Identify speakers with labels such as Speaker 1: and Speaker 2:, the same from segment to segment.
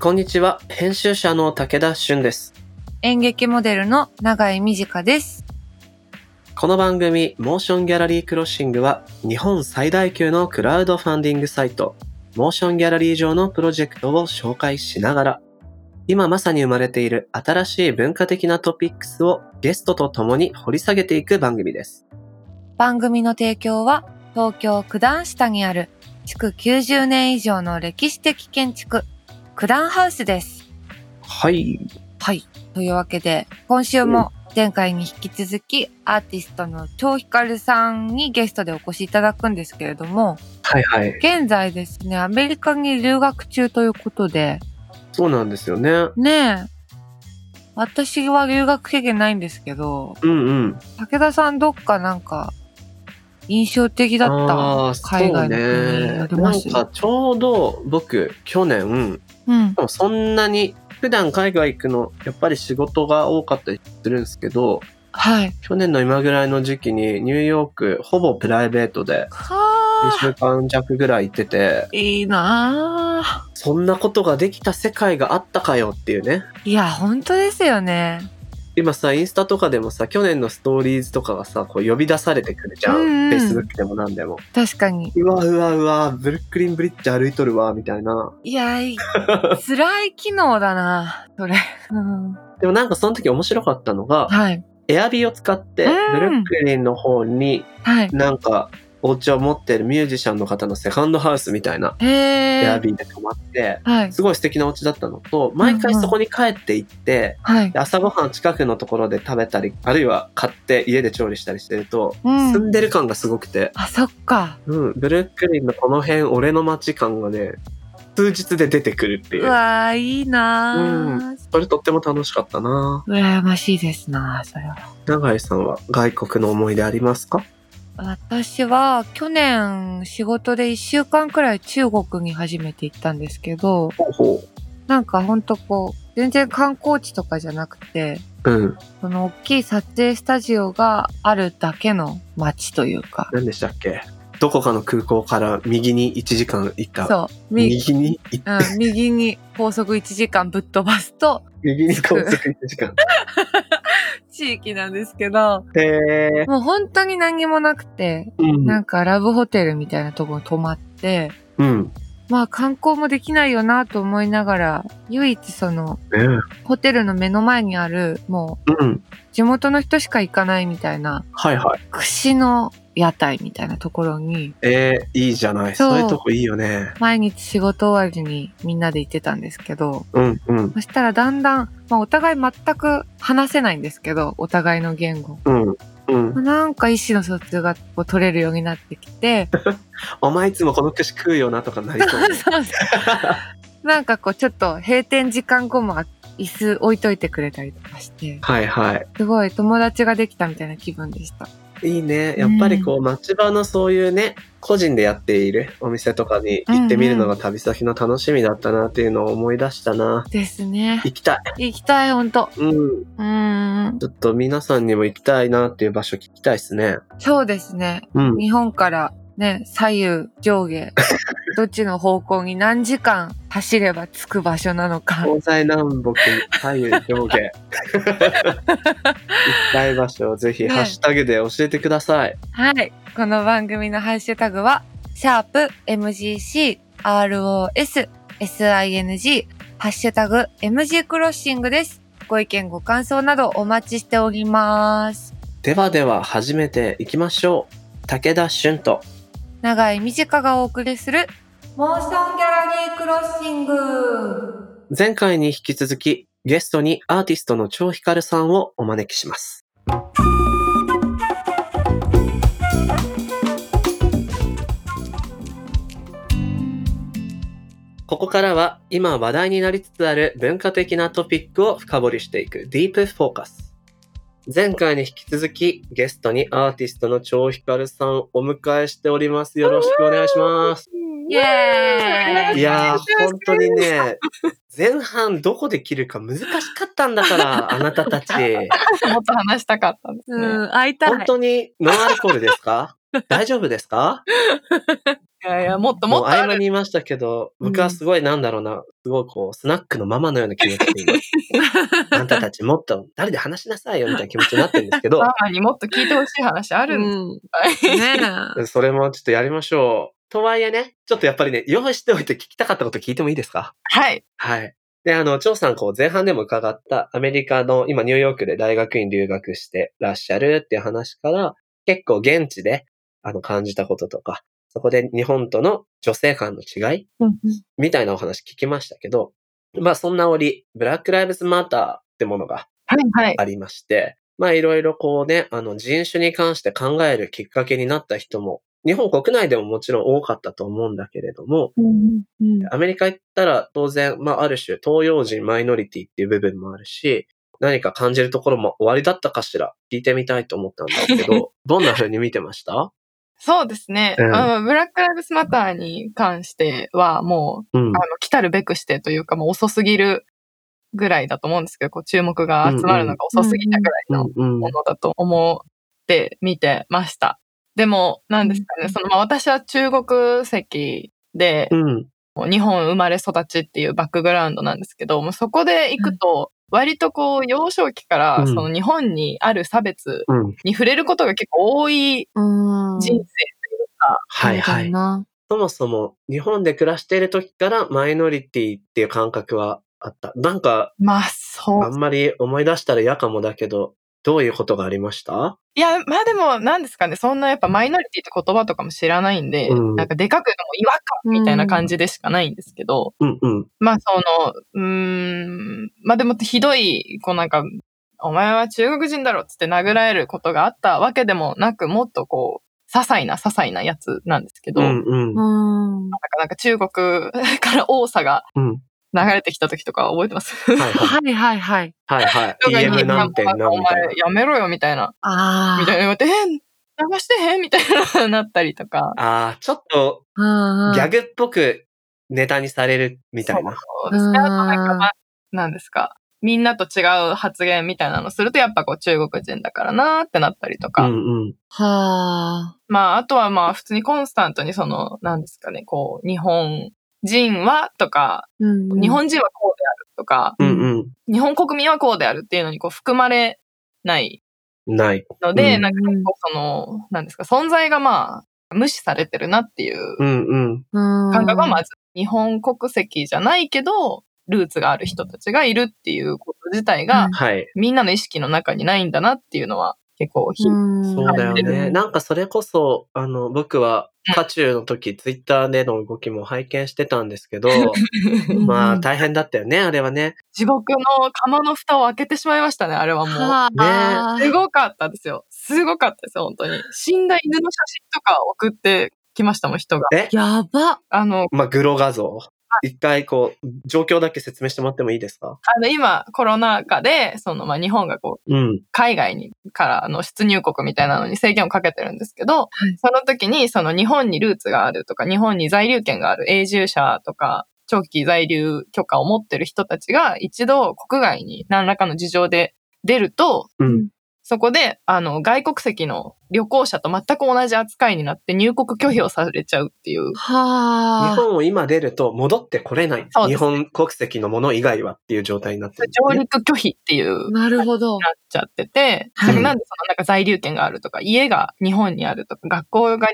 Speaker 1: こんにちは。編集者の武田俊です。
Speaker 2: 演劇モデルの永井美佳です。
Speaker 1: この番組、モーションギャラリークロッシングは、日本最大級のクラウドファンディングサイト、モーションギャラリー上のプロジェクトを紹介しながら、今まさに生まれている新しい文化的なトピックスをゲストと共に掘り下げていく番組です。
Speaker 2: 番組の提供は東京九段下にある築90年以上の歴史的建築九段ハウスです。
Speaker 1: はい。
Speaker 2: はい。というわけで今週も前回に引き続きアーティストの超ひかるさんにゲストでお越しいただくんですけれども
Speaker 1: はいはい。
Speaker 2: 現在ですねアメリカに留学中ということで
Speaker 1: そうなんですよね。
Speaker 2: ねえ私は留学経験ないんですけど
Speaker 1: うんうん。
Speaker 2: 武田さんどっかなんか印象的だ
Speaker 1: あ
Speaker 2: っ
Speaker 1: ー
Speaker 2: た海外の
Speaker 1: そう
Speaker 2: 国あります
Speaker 1: なんかちょうど僕、去年、
Speaker 2: うん
Speaker 1: でもそんなに普段海外行くのやっぱり仕事が多かったりするんですけど
Speaker 2: はい
Speaker 1: 去年の今ぐらいの時期にニューヨークほぼプライベートで2
Speaker 2: はあ
Speaker 1: 週間弱ぐらい行ってて
Speaker 2: いいなあ
Speaker 1: そんなことができた世界があったかよっていうね
Speaker 2: いや本当ですよね
Speaker 1: 今さインスタとかでもさ去年のストーリーズとかがさこう呼び出されてくるじゃん、
Speaker 2: うんうん
Speaker 1: フェイスブックでも何でも
Speaker 2: 確かに
Speaker 1: うわうわうわブルックリンブリッジ歩いとるわみたいない
Speaker 2: や い辛い機能だなそれ、うん、
Speaker 1: でもなんかその時面白かったのが
Speaker 2: はい
Speaker 1: エアビーを使って
Speaker 2: うん
Speaker 1: ブルックリンの方に
Speaker 2: はい
Speaker 1: なんか、お家を持ってるミュージシャンの方のセカンドハウスみたいな、
Speaker 2: へ
Speaker 1: エア
Speaker 2: え
Speaker 1: ビーで泊まって、
Speaker 2: はい
Speaker 1: すごい素敵なお家だったのと、毎回そこに帰って行って、
Speaker 2: はい
Speaker 1: で朝ごはん近くのところで食べたり、あるいは買って家で調理したりしてると、
Speaker 2: うん
Speaker 1: 住んでる感がすごくて、
Speaker 2: あそっか
Speaker 1: うん、ブルックリンのこの辺、俺の街感がね、数日で出てくるっていうう。
Speaker 2: わあいいなあ
Speaker 1: それとっても楽しかったな
Speaker 2: 羨ましいですなあそれは
Speaker 1: 永井さんは外国の思い出ありますか
Speaker 2: 私は去年仕事で一週間くらい中国に初めて行ったんですけど、
Speaker 1: ほうほ
Speaker 2: なんかほんとこう、全然観光地とかじゃなくて、
Speaker 1: う。うん。
Speaker 2: その大きい撮影スタジオがあるだけの街というか、
Speaker 1: 何でしたっけどこかの空港から右に1時間行った
Speaker 2: そう、右、
Speaker 1: 右に行っ
Speaker 2: うん、右に高速1時間ぶっ飛ばすと
Speaker 1: 右に高速1時 間。
Speaker 2: 地域なんですけど、
Speaker 1: へえ。
Speaker 2: もう本当に何もなくて、
Speaker 1: うん
Speaker 2: なんかラブホテルみたいなとこに泊まって、
Speaker 1: うん。ね
Speaker 2: まあ観光もできないよなと思いながら、唯一その
Speaker 1: え
Speaker 2: ホテルの目の前にある、も
Speaker 1: うん。
Speaker 2: う地元の人しか行かないみたいな、
Speaker 1: はいはい。
Speaker 2: 串の屋台みたいなところに、
Speaker 1: えー、いいじゃない。
Speaker 2: そ
Speaker 1: そうういうとこいいよね。
Speaker 2: 毎日仕事終わりにみんなで行ってたんですけど、
Speaker 1: うんうん
Speaker 2: そしたらだんだん、まあお互い全く話せないんですけど、お互いの言語。
Speaker 1: うん。うん
Speaker 2: ま、あなんか意思の疎通がこう取れるようになってきて、
Speaker 1: お前いつもこの串食うよなとかなり そうね、
Speaker 2: そうそう なんかこうちょっと閉店時間後も椅子置いといてくれたりとかして、
Speaker 1: はいはい。
Speaker 2: すごい友達ができたみたいな気分でした。
Speaker 1: いいね。やっぱりこう、町場のそういうね、個人でやっているお店とかに行ってみるのが旅先の楽しみだったなっていうのを思い出した な。
Speaker 2: ですね。
Speaker 1: 行きたい。
Speaker 2: 行きたい、ほんと。
Speaker 1: うん。
Speaker 2: うーん。
Speaker 1: ちょっと皆さんにも行きたいなっていう場所聞きたいですね。
Speaker 2: そうですね。
Speaker 1: うん。
Speaker 2: 日本からね、左右、上 下、どっちの方向に何時間走れば着く場所なのか。
Speaker 1: 東西南北左右上下一体場所をぜひ
Speaker 2: ね
Speaker 1: ハッシュタグで教えてください、
Speaker 2: はい。この番組のハッシュタグは、シャープ MGC、ROS、SING、ハッシュタグ MG クロッシングです。ご意見、ご感想などお待ちしております。
Speaker 1: ではでは始めていきましょう武田俊と
Speaker 2: 長井美智香がお送りする、モーションギャラリークロッシング。
Speaker 1: 前回に引き続きゲストにアーティストの超ひかるさんをお招きしますここからは今話題になりつつある文化的なトピックを深掘りしていくディープフォーカス前回に引き続きゲストにアーティストの超ひかるさんをお迎えしておりますよろしくお願いします
Speaker 2: イエーイ
Speaker 1: い やー、本当にね、前半どこで切るか難しかったんだ から、あなたたち。
Speaker 3: もっと話したかったんですね。
Speaker 2: うん、会いたい。
Speaker 1: 本当にノンアルコールですか大丈夫ですか
Speaker 3: いやいや、もっと
Speaker 1: も
Speaker 3: も
Speaker 1: う
Speaker 3: っと
Speaker 1: 合
Speaker 3: あ
Speaker 1: 間
Speaker 3: る。
Speaker 1: にいましたけど、僕はすごいなんだろうな、すごいこう、スナックのママのような気持ちで今、 あんたたちもっと誰で話しなさいよみたいな気持ちになってるんですけ ど、
Speaker 3: ママにもっと聞いてほしい話あ
Speaker 2: う
Speaker 3: るんだ
Speaker 2: ん。
Speaker 3: い
Speaker 2: ね
Speaker 1: それもちょっとやりましょう。とはいえね、ちょっとやっぱりね、用意しておいて聞きたかったこと聞いてもいいですか
Speaker 3: はい。
Speaker 1: はい。で、あの、張さん、こう、前半でも伺った、アメリカの、今、ニューヨークで大学院留学してらっしゃるっていう話から、結構現地で、あの、感じたこととか、そこで日本との女性間の違いみたいなお話聞きましたけど、まあ、そんな折、ブラック・ライブズ・マターってものが
Speaker 3: はい、はい。
Speaker 1: ありまして、まあいろいろこうね、あの人種に関して考えるきっかけになった人も、日本国内でももちろん多かったと思うんだけれども、アメリカ行ったら当然、まあある種東洋人マイノリティっていう部分もあるし、何か感じるところも終わりだったかしら聞いてみたいと思ったんですけど、どんな風に見てました
Speaker 3: そうですね。
Speaker 1: うん
Speaker 3: あのブラック・ライブスマターに関しては、も
Speaker 1: うん
Speaker 3: う、あ。の、来たるべくしてというか、もう遅すぎるぐらいだと思うんですけど、こう、注目が集まるのが遅すぎたぐらいの
Speaker 1: うんうん
Speaker 3: ものだと思って見てました。でも、なんですかね、その、まあ、私は中国籍で
Speaker 1: う、ん。
Speaker 3: もう日本生まれ育ちっていうバックグラウンドなんですけど、もうそこで行くと、割とこう、幼少期から、
Speaker 1: うん
Speaker 3: その日本にある差別
Speaker 1: うん。
Speaker 3: に触れることが結構多い
Speaker 2: うん。
Speaker 3: 人生というか、
Speaker 1: はいはい。
Speaker 2: な
Speaker 1: そもそも日本で暮らしている時からマイノリティっていう感覚はあった。なんか、
Speaker 3: まあそ
Speaker 1: あ
Speaker 3: う。
Speaker 1: んまり思い出したら嫌かもだけど、どういうことがありました
Speaker 3: いや、まあでも、なんですかね、そんなやっぱマイノリティって言葉とかも知らないんで、
Speaker 1: うん
Speaker 3: なんかでかくても違和感みたいな感じでしかないんですけど、
Speaker 1: うんうん。
Speaker 3: まあその、うーん、まあでもひどい、こうなんか、お前は中国人だろっつって殴られることがあったわけでもなく、もっとこう、些細な些細なやつなんですけど、
Speaker 1: う
Speaker 3: なん
Speaker 1: んうん。
Speaker 2: うん。
Speaker 3: かなんか中国から王さが
Speaker 1: うん。
Speaker 3: 流れてきた時とか覚えてます
Speaker 1: はいはい。
Speaker 2: はいはいはい。
Speaker 1: はいはい。
Speaker 3: なん
Speaker 1: EM
Speaker 3: か
Speaker 1: 何点何
Speaker 3: お
Speaker 1: みたい
Speaker 3: 前
Speaker 1: な。
Speaker 3: やめろよみたいな。
Speaker 2: ああ。
Speaker 3: みたいな言われて、え流してへんみたいななったりとか、
Speaker 1: ああ、ちょっと
Speaker 2: うんうん
Speaker 1: ギャグっぽくネタにされるみたいな。
Speaker 3: そうですねあとなんかまあ、なんですか、みんなと違う発言みたいなのすると、やっぱこう中国人だからなーってなったりと
Speaker 1: う
Speaker 3: か、
Speaker 1: んうん。
Speaker 2: はあ。
Speaker 3: まあ、あとはまあ、普通にコンスタントにその、なんですかね、こう、日本人はとか、
Speaker 2: うん
Speaker 3: 日本人はこうであるとか、
Speaker 1: うん
Speaker 3: 日本国民はこうであるっていうのにこう含まれない
Speaker 1: うん。ない。
Speaker 3: ので、
Speaker 1: うん
Speaker 3: なんか結構その、なんですか、存在がまあ、無視されてるなっていう
Speaker 1: うんうん。
Speaker 2: 感
Speaker 3: 感覚はまず日本国籍じゃないけど、ルーツがある人たちがいるっていうこと自体が、
Speaker 2: うん
Speaker 1: はい。
Speaker 3: みんなの意識の中にないんだなっていうのは結構ひ、
Speaker 1: そうだよね。
Speaker 2: な
Speaker 1: なんかそれこそ、あの、僕は、渦中の時、ツイッターでの動きも拝見してたんですけど、まあ大変だったよね、あれはね。
Speaker 3: 地獄の釜の蓋を開けてしまいましたね、あれはも
Speaker 2: はあ
Speaker 3: う。すごかったですよ。すごかったですよ、本当に。死んだ犬の写真とか送ってきましたもん、人が。
Speaker 1: え
Speaker 2: やば。
Speaker 3: あの、
Speaker 1: まあ、グロ画像。一回こう、状況だけ説明してもらってもいいですか
Speaker 3: あの今、コロナ禍で、その、まあ、日本がこう、
Speaker 1: うん。
Speaker 3: 海外にからの出入国みたいなのに制限をかけてるんですけど、その時にその日本にルーツがあるとか、日本に在留権がある永住者とか、長期在留許可を持ってる人たちが一度国外に何らかの事情で出ると、
Speaker 1: うん。
Speaker 3: そこで、あの、外国籍の旅行者と全く同じ扱いになって入国拒否をされちゃうっていう。
Speaker 1: 日
Speaker 2: はあ。
Speaker 1: 本を今出ると戻ってこれない。
Speaker 3: そう
Speaker 1: 日
Speaker 3: です
Speaker 1: 本国籍のもの以外はっていう状態になってる、
Speaker 3: 上陸拒否っていう
Speaker 2: なるほど。
Speaker 3: なっちゃってて、
Speaker 1: はい
Speaker 3: なんでそのなんか在留権があるとか、家が日本にあるとか、学校が日本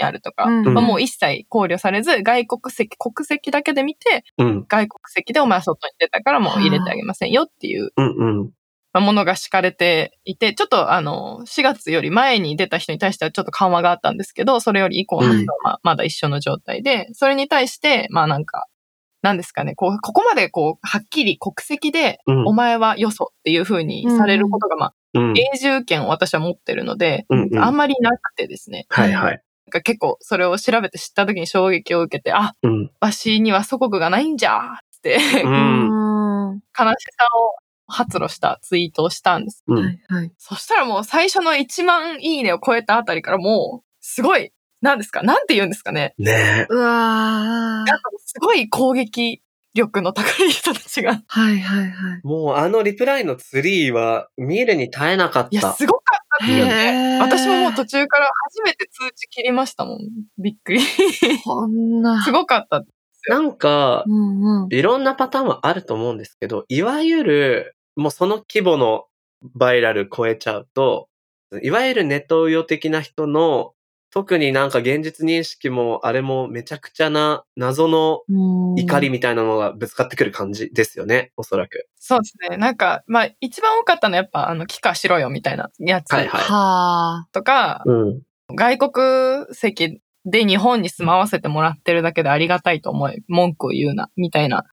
Speaker 3: にあるとか、
Speaker 2: うん
Speaker 3: まあもう一切考慮されず、外国籍、国籍だけで見て、
Speaker 1: うん。
Speaker 3: 外国籍でお前は外に出たからもう入れてあげませんよっていう
Speaker 1: うんうん。
Speaker 3: まあものが敷かれていて、ちょっとあの、4月より前に出た人に対してはちょっと緩和があったんですけど、それより以降の人はまあまだ一緒の状態で、それに対して、まあなんか、なんですかね、こう、ここまでこう、はっきり国籍で、
Speaker 1: うん。
Speaker 3: お前はよそっていう風にされることが、まあ、
Speaker 1: うん。
Speaker 3: 永住権を私は持ってるので、
Speaker 1: うんうん
Speaker 3: あんまりなくてですね、
Speaker 1: はいはい。
Speaker 3: なんか結構それを調べて知った時に衝撃を受けて、あ、
Speaker 1: うん。
Speaker 3: わしには祖国がないんじゃーっ
Speaker 1: う
Speaker 3: て、悲し
Speaker 1: ん。
Speaker 2: ん。
Speaker 3: さを発露したツイートをしたんです。
Speaker 1: う
Speaker 2: は
Speaker 1: ん。
Speaker 2: いはい。
Speaker 3: そしたらもう最初の1万いいねを超えたあたりからもう、すごい、なんですかなんて言うんですかね
Speaker 1: ねえ。
Speaker 2: うわ
Speaker 3: なんかすごい攻撃力の高い人たちが。
Speaker 2: はいはいはい。
Speaker 1: もうあのリプライのツリーは見るに耐えなかっ
Speaker 3: いや、
Speaker 1: た。
Speaker 3: すごかっっていうね。
Speaker 2: へー
Speaker 3: 私ももう途中から初めて通知切りましたもん。びっ くり。す
Speaker 2: こんな。
Speaker 3: ごかった。
Speaker 1: なんか、
Speaker 2: うんうん。
Speaker 1: いろんなパターンはあると思うんですけど、いわゆる、もうその規模のバイラル超えちゃうと、いわゆるネットウヨ的な人の、特になんか現実認識もあれもめちゃくちゃな謎の
Speaker 2: うん
Speaker 1: 怒りみたいなのがぶつかってくる感じですよね、おそらく。
Speaker 3: そうですね。なんか、まあ、一番多かったのはやっぱ、あの、帰化しろよみたいなやつ
Speaker 1: はいはい
Speaker 2: はあ。
Speaker 3: とか、
Speaker 1: うん。
Speaker 3: 外国籍で日本に住まわせてもらってるだけでありがたいと思い、文句を言うな、みたいな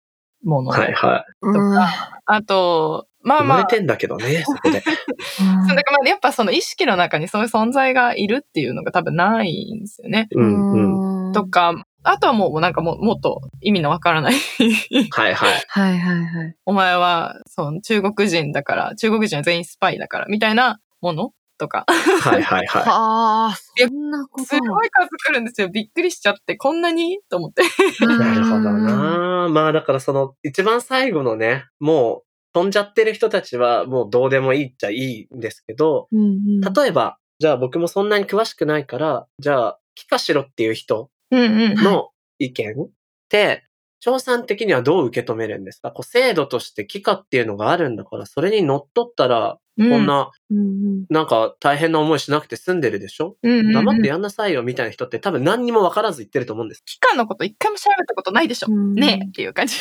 Speaker 3: もの。
Speaker 1: はいはい。
Speaker 2: と
Speaker 3: かあと、まあ
Speaker 1: 生
Speaker 3: ま
Speaker 1: まれ
Speaker 3: あ、
Speaker 1: てんだけどね、そこで。
Speaker 3: そうだからまあやっぱその意識の中にそういう存在がいるっていうのが多分ないんですよね。
Speaker 1: うんうん。
Speaker 3: と。か、あとはもうなんかもうもっと意味のわからない。
Speaker 1: はいはい。
Speaker 2: はいはいはい。
Speaker 3: お前はそう中国人だから、中国人は全員スパイだから、みたいなものとか。
Speaker 1: はいはいは
Speaker 2: はあ。
Speaker 3: いや
Speaker 2: そんなこ
Speaker 3: す
Speaker 2: とも
Speaker 3: ごい数来るんですよ。びっくりしちゃって、こんなにと思って。
Speaker 1: い。なるほど。な。まあだからその一番最後のね、もう飛んじゃってる人たちはもうどうでもいいっちゃいいんですけど、
Speaker 2: うんうん。
Speaker 1: 例えば、じゃあ僕もそんなに詳しくないから、じゃあ、帰化しろっていう人
Speaker 3: うんうん。
Speaker 1: の意見って、調査的にはどう受け止めるんですかこう制度として帰化っていうのがあるんだから、それに乗っ取ったら、こんな、
Speaker 2: うん
Speaker 1: なんか大変な思いしなくて済んでるでしょ
Speaker 3: うんうんうん、
Speaker 1: 黙ってやんなさいよみたいな人って多分何にも分からず言ってると思うんです。
Speaker 3: 期間のこと一回も調べたことないでしょ。
Speaker 2: うん。
Speaker 3: ねえっていう感じ。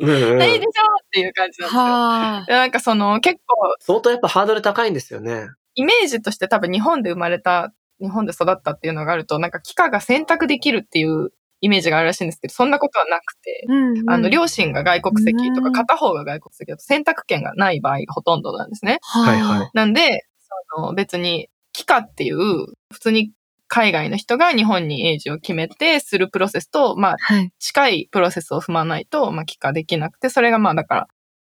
Speaker 1: うんうん
Speaker 3: ないでしょっていう感じなんですよ。
Speaker 2: はあ。
Speaker 3: でなんかその結構
Speaker 1: 相当やっぱハードル高いんですよね。
Speaker 3: イメージとして多分日本で生まれた、日本で育ったっていうのがあると、なんか期間が選択できるっていうイメージがあるらしいんですけど、そんなことはなくて、
Speaker 2: うんうん
Speaker 3: あの、両親が外国籍と
Speaker 2: う
Speaker 3: か
Speaker 2: ん
Speaker 3: 片方が外国籍だと選択権がない場合がほとんどなんですね。
Speaker 2: はい
Speaker 1: はい。
Speaker 3: なんで、その別に、期間っていう、普通に海外の人が日本に永住を決めてするプロセスと、まあ、
Speaker 2: はい。
Speaker 3: 近いプロセスを踏まないと、まあ、帰化できなくて、それがまあ、だから、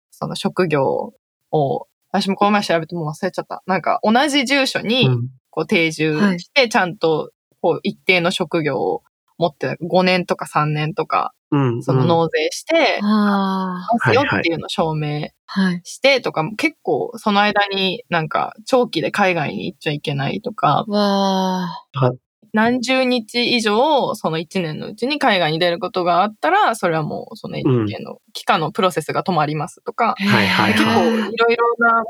Speaker 3: その職業を、私もこの前調べてもう忘れちゃった。なんか、同じ住所に、
Speaker 1: うん
Speaker 3: こう、定住して、ちゃんと、こう、一定の職業を持って、5年とか3年とか、
Speaker 1: うん。
Speaker 3: その納税して、
Speaker 2: はあ。
Speaker 3: ますよっていうのを証明
Speaker 2: はい。
Speaker 3: してとか、結構、その間になんか、長期で海外に行っちゃいけないとか、
Speaker 2: わあ。
Speaker 3: 何十日以上、その1年のうちに海外に出ることがあったら、それはもうその NHK の期間のプロセスが止まりますとか、
Speaker 1: はいはい
Speaker 3: 結構い
Speaker 2: へ
Speaker 3: ろ
Speaker 2: え
Speaker 3: いろなものがあ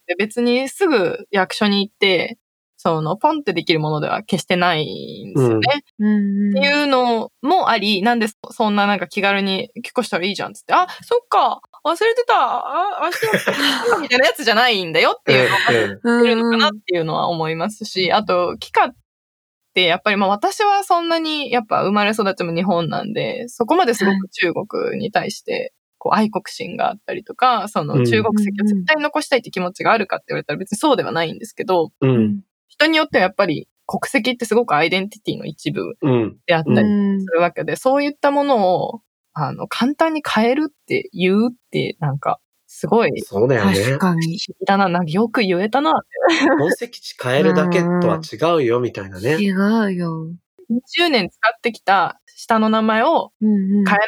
Speaker 3: って、別にすぐ役所に行って、そのポンってできるものでは決してないんですよね。
Speaker 2: うんうん。
Speaker 3: っていうのもあり、なんでそんななんか気軽に結婚したらいいじゃんっつって、あ、そっか、忘れてた、あ、明日、みたいなやつじゃないんだよっていうのを
Speaker 1: うんうん
Speaker 2: うん
Speaker 3: ってるのかなっていうのは思いますし、あと、帰化ってやっぱり、まあ私はそんなにやっぱ生まれ育ちも日本なんで、そこまですごく中国に対して、こう愛国心があったりとか、その中国籍を絶対残したいって気持ちがあるかって言われたら別にそうではないんですけど、
Speaker 1: う。
Speaker 2: うんん。
Speaker 3: 人によってはやっぱり国籍ってすごくアイデンティティの一部
Speaker 1: うん。
Speaker 3: であった
Speaker 2: う
Speaker 3: り
Speaker 2: ん
Speaker 3: するわけで、そういったものを、あの、簡単に変えるって言うって、なんか、すごい、
Speaker 1: そうだよね
Speaker 2: 確。か
Speaker 3: 不思
Speaker 2: に。
Speaker 3: 議だな、なんかよく言えたな、
Speaker 1: 本籍地変えるだけとは違うよみたいなね。
Speaker 2: 違うよ。
Speaker 3: 20年使ってきた下の名前を
Speaker 2: うんうん。
Speaker 3: 変えなよみたい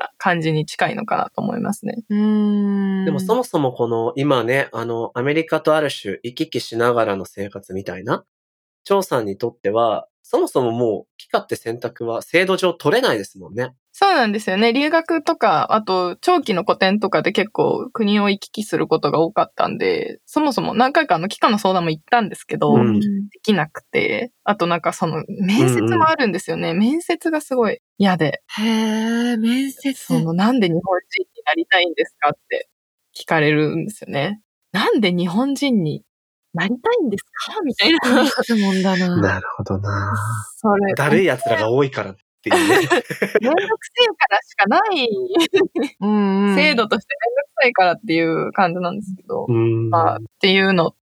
Speaker 3: な感じに近いのかなと思いますね。
Speaker 2: うーん。
Speaker 1: でもそもそもこの今ね、あの、アメリカとある種行き来しながらの生活みたいな、張さんにとっては、そもそももう、帰化って選択は制度上取れないですもんね。
Speaker 3: そうなんですよね。留学とか、あと長期の個展とかで結構国を行き来することが多かったんで、そもそも何回かあの期間の相談も行ったんですけど、
Speaker 1: うん
Speaker 3: できなくて、あとなんかその面接もあるんですよね。面接がすごい嫌で、
Speaker 2: へえ、面接。
Speaker 3: そのなんで日本人になりたいんですかって聞かれるんですよね。なんで日本人になりたいんですかみたいな。
Speaker 2: 質問だな。
Speaker 1: るほどな
Speaker 3: それ
Speaker 1: だるい奴らが多いからっていうね。
Speaker 3: めんどくせえからしかない、
Speaker 2: うんうん。
Speaker 3: 制度としてめんどくさいからっていう感じなんですけど、
Speaker 1: うん
Speaker 3: まあ、っていうの、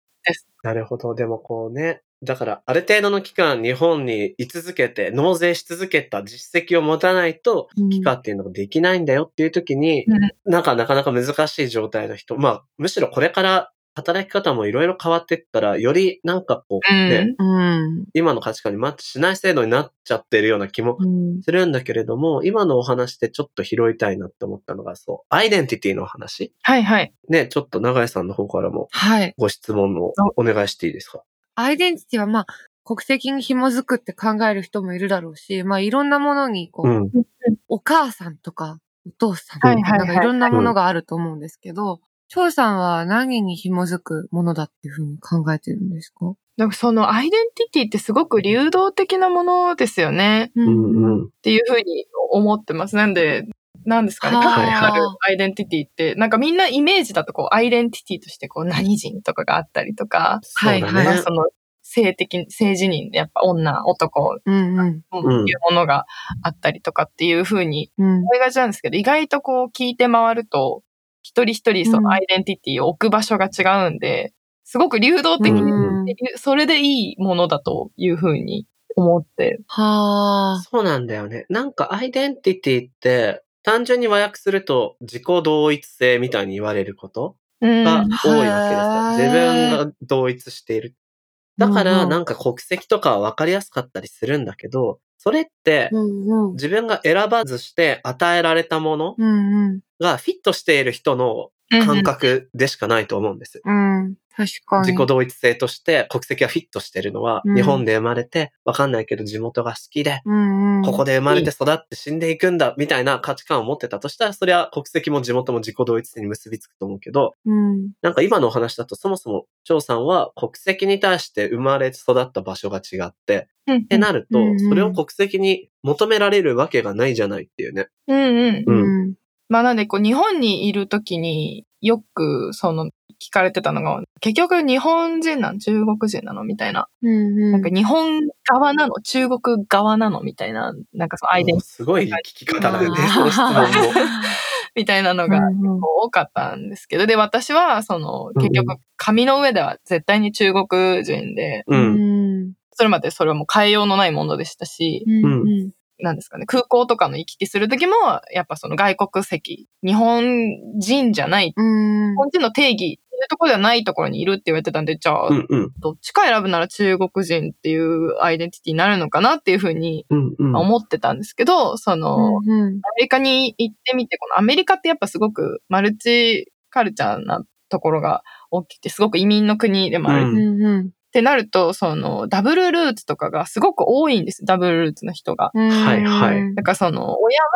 Speaker 1: なるほど。でもこうね、だからある程度の期間日本に居続けて、納税し続けた実績を持たないと、
Speaker 2: うん
Speaker 1: 帰化っていうのができないんだよっていう時に、
Speaker 3: うん
Speaker 1: なんかなかなか難しい状態の人、まあ、むしろこれから働き方もいろいろ変わっていったら、よりなんかこう、
Speaker 3: うん
Speaker 1: ね、
Speaker 2: うん。
Speaker 1: 今の価値観にマッチしない制度になっちゃってるような気も
Speaker 2: うん。
Speaker 1: するんだけれども、今のお話でちょっと拾いたいなって思ったのが、そう、アイデンティティのお話。
Speaker 3: はいはい。
Speaker 1: ね、ちょっと長井さんの方からも
Speaker 2: はい。
Speaker 1: ご質問をお願いしていいですか
Speaker 2: アイデンティティはまあ、国籍に紐づくって考える人もいるだろうし、まあいろんなものに、こう、
Speaker 1: うん。
Speaker 2: お母さんとか、お父さんとか、
Speaker 3: はいはい
Speaker 2: な
Speaker 3: は
Speaker 2: ん
Speaker 3: い
Speaker 2: かいろんなものがあると思うんですけど、張さんは何に紐づくものだっていうふうに考えてるんですか
Speaker 3: だからそのアイデンティティってすごく流動的なものですよね。
Speaker 2: う
Speaker 1: うんうん。
Speaker 3: っていうふうに思ってます。なんで、なんですかね。
Speaker 2: は
Speaker 3: 過
Speaker 2: あ
Speaker 3: 去にあるアイデンティティって、なんかみんなイメージだとこう、アイデンティティとしてこう、何人とかがあったりとか、
Speaker 1: そうだ
Speaker 2: は
Speaker 1: ね
Speaker 2: い
Speaker 3: まあその、性的、性自認でやっぱ女、男
Speaker 2: うんうん。
Speaker 3: っていうものがあったりとかっていうふうに
Speaker 2: うん。
Speaker 3: 思いがちなんですけど、意外とこう聞いて回ると、一人一人そ
Speaker 2: うん
Speaker 3: のアイデンティティを置く場所が違うんで、すごく流動的
Speaker 1: う
Speaker 3: に、
Speaker 1: ん
Speaker 3: それでいいものだというふうに思って。
Speaker 2: はあ。
Speaker 1: そうなんだよね。なんかアイデンティティって、単純に和訳すると自己同一性みたいに言われること
Speaker 3: うん
Speaker 1: が多いわけですよ。
Speaker 2: うん
Speaker 1: 自分が同一している。だか
Speaker 2: うんう
Speaker 1: ら
Speaker 2: ん
Speaker 1: なんか国籍とかは分かりやすかったりするんだけど、それって
Speaker 2: うんうん。
Speaker 1: 自分が選ばずして与えられたもの
Speaker 2: うんうん。
Speaker 1: がフィットしている人の感覚でしかないと思うんです。
Speaker 2: うん。確かに。
Speaker 1: 自己同一性として国籍がフィットしてるのは、
Speaker 2: うん
Speaker 1: 日本で生まれて分かんないけど地元が好きで、
Speaker 2: うんうん。
Speaker 1: ここで生まれて育って死んでいくんだ、みたいな価値観を持ってたとしたら、それは国籍も地元も自己同一性に結びつくと思うけど、
Speaker 2: うん。
Speaker 1: なんか今のお話だとそもそも、張さんは国籍に対して生まれ育った場所が違って、
Speaker 3: うん。
Speaker 1: ってなると
Speaker 2: うんうん、
Speaker 1: それを国籍に求められるわけがないじゃないっていうね。
Speaker 3: うんうん。
Speaker 1: うん
Speaker 2: うん。
Speaker 3: まあなんでこう日本にいるときによくその聞かれてたのが、結局日本人なの中国人なのみたいな。
Speaker 2: うんうん。
Speaker 3: なんか日本側なの中国側なのみたいな。なんかそのアイデンティテ
Speaker 1: すごい聞き方だよね、
Speaker 2: あー
Speaker 1: その質問も。
Speaker 3: ィみたいなのが
Speaker 2: うんうん
Speaker 3: 多かったんですけど、で、私は、その、結
Speaker 1: う
Speaker 3: 局、紙の上では絶対に中国人で、
Speaker 1: う。
Speaker 2: うんん。
Speaker 3: それまでそれはもう変えようのないものでしたし、
Speaker 2: うん
Speaker 1: うん
Speaker 2: うん。
Speaker 3: なんですかね、空港とかの行き来するときも、やっぱその外国籍、日本人じゃない、日
Speaker 2: うん。
Speaker 3: 本人の定義、そういうところではないところにいるって言われてたんで、じゃあ
Speaker 1: う、んうん。
Speaker 3: どっちか選ぶなら中国人っていうアイデンティティになるのかなっていうふうに
Speaker 1: うんうん。
Speaker 3: 思ってたんですけど、その、
Speaker 2: うん
Speaker 3: アメリカに行ってみて、このアメリカってやっぱすごくマルチカルチャーなところが大きくて、すごく移民の国でもあ
Speaker 1: う
Speaker 3: る。っ
Speaker 1: ん
Speaker 2: うんうん。
Speaker 3: てなると、そのダブルルーツとかがすごく多いんです。ダブルルーツの人が。
Speaker 2: うん
Speaker 1: はいはい
Speaker 2: うん
Speaker 3: だからその親は、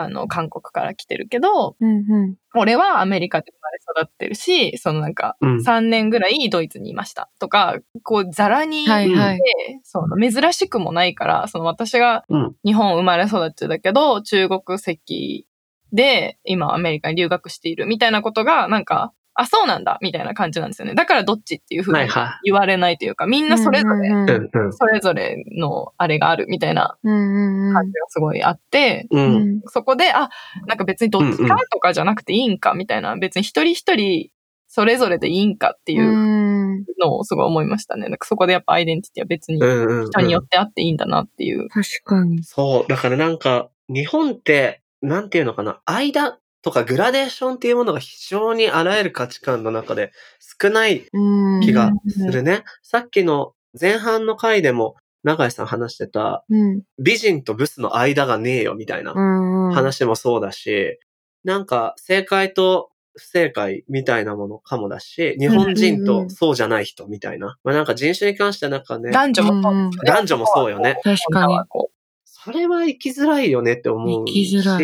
Speaker 3: あの、韓国から来てるけど、
Speaker 2: うん。
Speaker 3: 俺はアメリカで生まれ育ってるし、そのなんか、
Speaker 1: うん
Speaker 3: 3年ぐらいドイツにいましたとか、こう、ザラに、
Speaker 2: はいはい。
Speaker 3: でその珍しくもないから、その私が
Speaker 1: うん
Speaker 3: 日本生まれ育ちだけど、中国籍で今アメリカに留学しているみたいなことが、なんか、あ、そうなんだみたいな感じなんですよね。だからどっちっていうふう
Speaker 1: はい
Speaker 3: に
Speaker 1: は
Speaker 3: 言われないというか、みんなそれぞれ、
Speaker 1: い。う
Speaker 2: れ。
Speaker 1: んうん。
Speaker 3: それぞれのあれがあるみたいな
Speaker 2: うんうんうん
Speaker 3: 感じがすごいあって、
Speaker 1: う。
Speaker 2: うんん。
Speaker 3: そこで、あ、なんか別にどっち
Speaker 1: うんうん
Speaker 3: かとかじゃなくていいんかみたいな、別に一人一人それぞれでいいんかって
Speaker 2: う。
Speaker 3: いうんのをすごい思いましたね。なんかそこでやっぱアイデンティティは別に
Speaker 1: うんうんうん。
Speaker 3: 人によってあっていいんだなっていう。
Speaker 2: 確かに。
Speaker 1: そう。だからなんか、日本って、なんていうのかな、間とかグラデーションっていうものが非常にあらゆる価値観の中で少ない
Speaker 2: うん。
Speaker 1: 気がするね。さっきの前半の回でも、永井さん話してた、
Speaker 2: うん。
Speaker 1: 美人とブスの間がねえよみたいな
Speaker 2: うん。うん。
Speaker 1: 話もそうだし、なんか正解と不正解みたいなものかもだし、日本人
Speaker 2: うんうんう
Speaker 1: と
Speaker 2: ん
Speaker 1: そうじゃない人みたいな。まあなんか人種に関してなんかね、
Speaker 3: 男女もそうですね
Speaker 1: 男女もそうよね。
Speaker 2: 確かに。
Speaker 3: こ
Speaker 1: それは生きづらいよねって思う
Speaker 2: 生
Speaker 1: し。
Speaker 2: きづら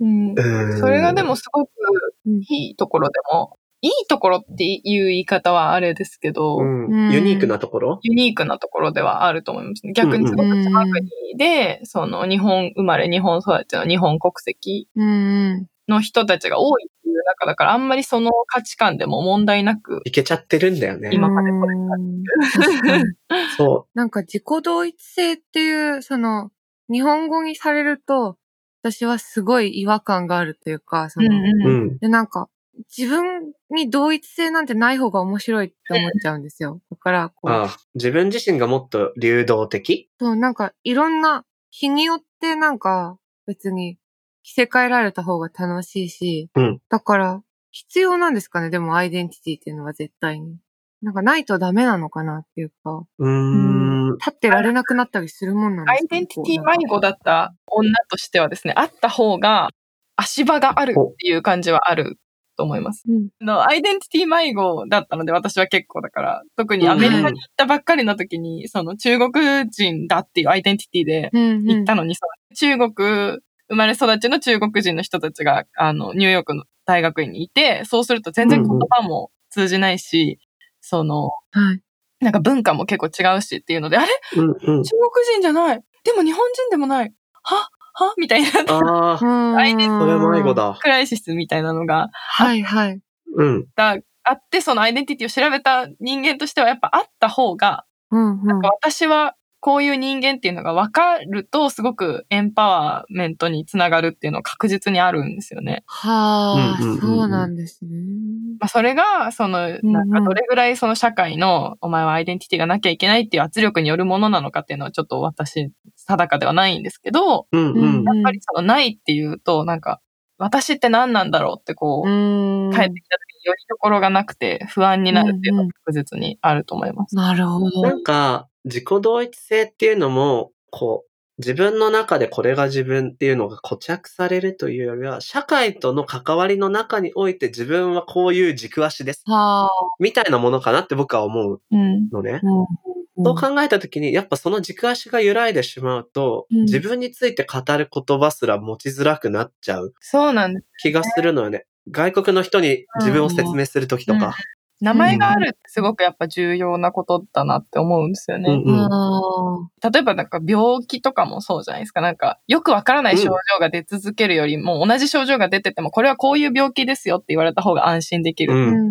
Speaker 3: ううん
Speaker 1: うん
Speaker 3: それがでも、すごくいいところでも、いいところっていう言い方はあれですけど、
Speaker 1: うん、ユニークなところ
Speaker 3: ユニークなところではあると思いますね。逆にすごく島国で、その日本生まれ、日本育ちの日本国籍
Speaker 2: うん。
Speaker 3: の人たちが多いっていう中だから、あんまりその価値観でも問題なく、
Speaker 1: いけちゃってるんだよね。
Speaker 3: 今までこれ
Speaker 2: うん
Speaker 1: そ
Speaker 2: なんか自己同一性っていう、その、日本語にされると、私はすごい違和感があるというか、その、
Speaker 1: う。うん。
Speaker 2: で、なんか、自分に同一性なんてない方が面白いって思っちゃうんで すよ。だから、こう、
Speaker 1: ああ自分自身がもっと流動的
Speaker 2: そう、なんか、いろんな、日によってなんか、別に、着せ替えられた方が楽しいし、
Speaker 1: うん
Speaker 2: だから、必要なんですかね、でも、アイデンティティっていうのは絶対に。なんか、ないとダメなのかなっていうか、
Speaker 1: うーん。
Speaker 2: 立ってられなくなったりするもんなんで
Speaker 3: ア
Speaker 2: す
Speaker 3: イ
Speaker 2: か
Speaker 3: デンティティ
Speaker 2: こうなんか
Speaker 3: 迷子だった女としてはですね、あった方が足場があるっていう感じはあると思います。
Speaker 2: うん
Speaker 3: のアイデンティティ迷子だったので、私は結構だから、特にアメリカに行ったばっかりの時に、その中国人だっていうアイデンティティで
Speaker 2: うん
Speaker 3: 行ったのに、その中国、生まれ育ちの中国人の人たちが、あの、ニューヨークの大学院にいて、そうすると全然言葉も通じないし、その、
Speaker 2: はい。
Speaker 3: なんか文化も結構違うしっていうので、あれ
Speaker 1: うんうん。
Speaker 3: 中国人じゃないでも日本人でもないははみたいな、
Speaker 1: ああ、
Speaker 3: 来年
Speaker 1: それは迷子。だ。
Speaker 3: クライシスみたいなのが
Speaker 2: はいはい。
Speaker 1: うん。
Speaker 3: だあって、そのアイデンティティを調べた人間としては、やっぱあった方が、
Speaker 2: うんうん。
Speaker 3: 私はこういう人間っていうのが分かると、すごくエンパワーメントにつながるっていうのは確実にあるんですよね。
Speaker 2: はあ、
Speaker 1: うんうんうんうん
Speaker 2: そうなんですね。
Speaker 3: まあ、それが、その、
Speaker 2: うん
Speaker 3: なんかどれぐらいその社会の、お前はアイデンティティがなきゃいけないっていう圧力によるものなのかっていうのは、ちょっと私、定かではないんですけど、
Speaker 1: うんう
Speaker 2: う
Speaker 1: んん
Speaker 3: や。っぱりそのないっていうと、なんか、私って何なんだろうってこう、
Speaker 2: ん
Speaker 3: 帰ってきた時により所がなくて不安になるっていうのは確実にあると思います。
Speaker 2: なるほど。
Speaker 1: なんか、自己同一性っていうのも、こう、自分の中でこれが自分っていうのが固着されるというよりは、社会との関わりの中において自分はこういう軸足です。
Speaker 2: はあ。
Speaker 1: みたいなものかなって僕は思う
Speaker 3: うん。
Speaker 1: のね。
Speaker 2: うん
Speaker 1: そう考えたときに、やっぱその軸足が揺らいでしまうと、
Speaker 2: うん
Speaker 1: 自分について語る言葉すら持ちづらくなっちゃう
Speaker 3: そうなんです。
Speaker 1: 気がするのよね。外国の人に自分を説明するときとか。
Speaker 3: 名前があるってすごくやっぱ重要なことだなって思うんですよ
Speaker 1: う
Speaker 3: ね。
Speaker 1: んうん。
Speaker 2: あ
Speaker 3: 例えばなんか病気とかもそうじゃないですか。なんかよくわからない症状が出続けるよりも、同じ症状が出てても、これはこういう病気ですよって言われた方が安心できる。
Speaker 1: う
Speaker 2: ーうん
Speaker 1: ん
Speaker 2: う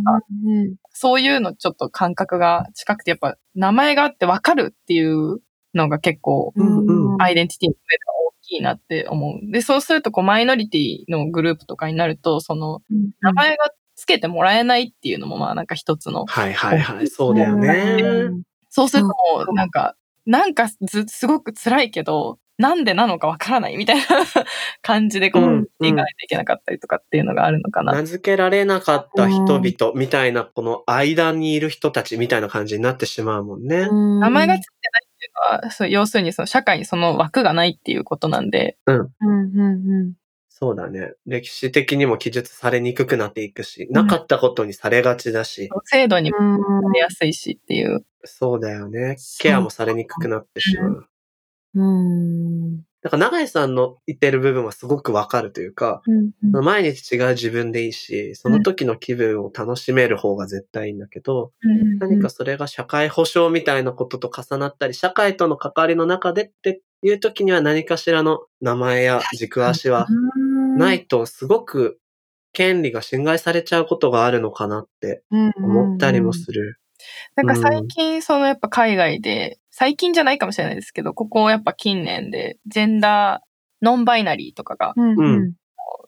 Speaker 2: ん
Speaker 3: そういうのちょっと感覚が近くて、やっぱ名前があってわかるっていうのが結構
Speaker 1: うんうん
Speaker 3: アイデンティティの上では大きいなって思う。で、そうするとこうマイノリティのグループとかになると、その
Speaker 2: うん
Speaker 3: 名前がつけてもらえないっていうのもまあなんか一つの
Speaker 1: はいはいはい。そうだよね。
Speaker 3: そうするとも
Speaker 2: そう
Speaker 3: う、なんか、なんかず、すごく辛いけど、なんでなのかわからないみたいな感じで、こ
Speaker 1: うんうん
Speaker 3: う、理解できなかったりとかっていうのがあるのかな。
Speaker 1: 名付けられなかった人々みたいな、この間にいる人たちみたいな感じになってしまうもんね。
Speaker 2: うん
Speaker 3: 名前がついてないっていうのは、そう要するにその社会にその枠がないっていうことなんで、
Speaker 2: うんうんうん
Speaker 1: そうだね。歴史的にも記述されにくくなっていくし、なかったことにされがちだし、
Speaker 3: 制度にも
Speaker 2: うん
Speaker 3: 出やすいしっていう。
Speaker 1: そうだよね
Speaker 2: そう。
Speaker 1: ケアもされにくくなってしまう。
Speaker 2: うん
Speaker 1: だから永井さんの言ってる部分はすごくわかるというか、
Speaker 2: うんうん
Speaker 1: 毎日違う自分でいいし、その時の気分を楽しめる方が絶対いいんだけど、何かそれが社会保障みたいなことと重なったり、社会との関わりの中でっていう時には何かしらの名前や軸足はないとすごく権利が侵害されちゃうことがあるのかなって思ったりもする。
Speaker 3: なんか最近、そのやっぱ海外で、最近じゃないかもしれないですけど、ここやっぱ近年で、ジェンダー、ノンバイナリーとかが
Speaker 2: うんうんうん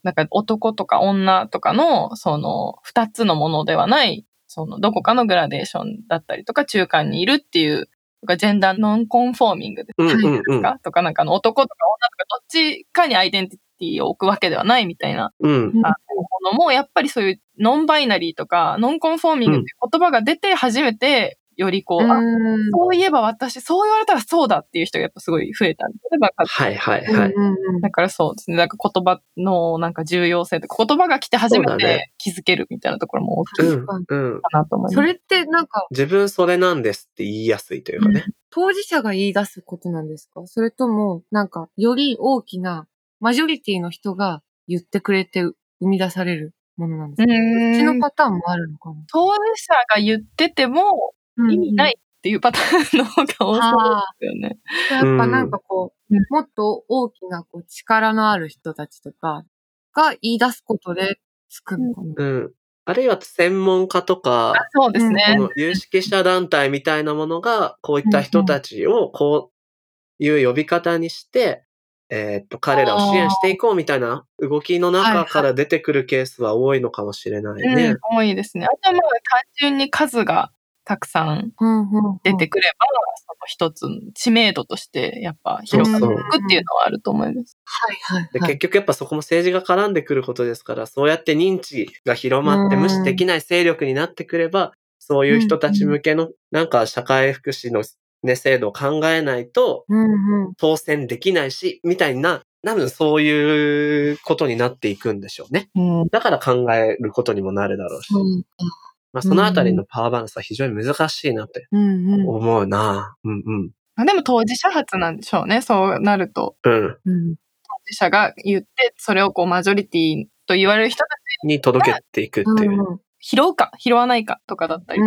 Speaker 3: なんか男とか女とかの、その、二つのものではない、その、どこかのグラデーションだったりとか、中間にいるっていう、とかジェンダーノンコンフォーミングです
Speaker 1: うん
Speaker 3: か、
Speaker 1: うんうん。
Speaker 3: とか、なんかあの男とか女とか、どっちかにアイデンティティを置くわけではないみたいな
Speaker 1: うん。
Speaker 3: あものも、やっぱりそういうノンバイナリーとか、ノンコンフォーミングっていう言葉が出て初めて、よりこう、あ
Speaker 2: うん
Speaker 3: そういえば私、そう言われたらそうだっていう人がやっぱすごい増えたんで、例えば
Speaker 1: はいはいはい。
Speaker 2: うんうんうん
Speaker 3: だからそうですね。なんか言葉のなんか重要性とか、言葉が来て初め
Speaker 1: そうだ
Speaker 3: て
Speaker 1: ね
Speaker 3: 気づけるみたいなところも大き
Speaker 1: う
Speaker 3: い
Speaker 1: んうん。
Speaker 3: かなと思います。
Speaker 2: それってなんか
Speaker 1: 自分それなんですって言いやすいというかね。
Speaker 2: 当事者が言い出すことなんですかそれともなんかより大きなマジョリティの人が言ってくれて生み出されるものなんですかうち
Speaker 3: う
Speaker 2: の
Speaker 3: ん
Speaker 2: パターンもあるのかな
Speaker 3: 当事者が言ってても意味ないっていうパターンの方が多そうですよね。
Speaker 2: やっぱなんかこう、
Speaker 3: うん
Speaker 2: もっと大きなこう力のある人たちとかが言い出すことでつくのかな。
Speaker 1: うん。あるいは専門家とか、
Speaker 3: あそうです
Speaker 1: こ
Speaker 3: ね。
Speaker 1: の有識者団体みたいなものが、こういった人たちをこういう呼び方にして、えーっと、彼らを支援していこうみたいな動きの中から出てくるケースは多いのかもしれないね。
Speaker 3: うん、多いですね。あとはまあ単純に数がたくさん
Speaker 2: うんうんうん
Speaker 3: 出てくれば、その一つの知名度としてやっぱ広がっていくっていうのはあると思います。
Speaker 2: はいはい
Speaker 1: で
Speaker 2: はい。
Speaker 1: 結局やっぱそこも政治が絡んでくることですから、そうやって認知が広まって
Speaker 2: うん
Speaker 1: 無視できない勢力になってくれば、そういう人たち向けのなんか社会福祉のね、制度を考えないと
Speaker 2: うんうん。
Speaker 1: 当選できないし、みたいな多分そういうことになっていくんでしょうね。
Speaker 3: うん。
Speaker 1: だから考えることにもなるだろうし、まあそのあたりのパワーバランスは非常に難しいなって
Speaker 3: うんうん。
Speaker 1: 思うな。うんうん。
Speaker 3: まあでも当事者発なんでしょうね。そうなると。
Speaker 1: うん。
Speaker 2: うん。
Speaker 3: 当事者が言って、それをこうマジョリティと言われる人が
Speaker 1: に届けていくっていう。
Speaker 3: 拾うか、拾わないかとかだったり。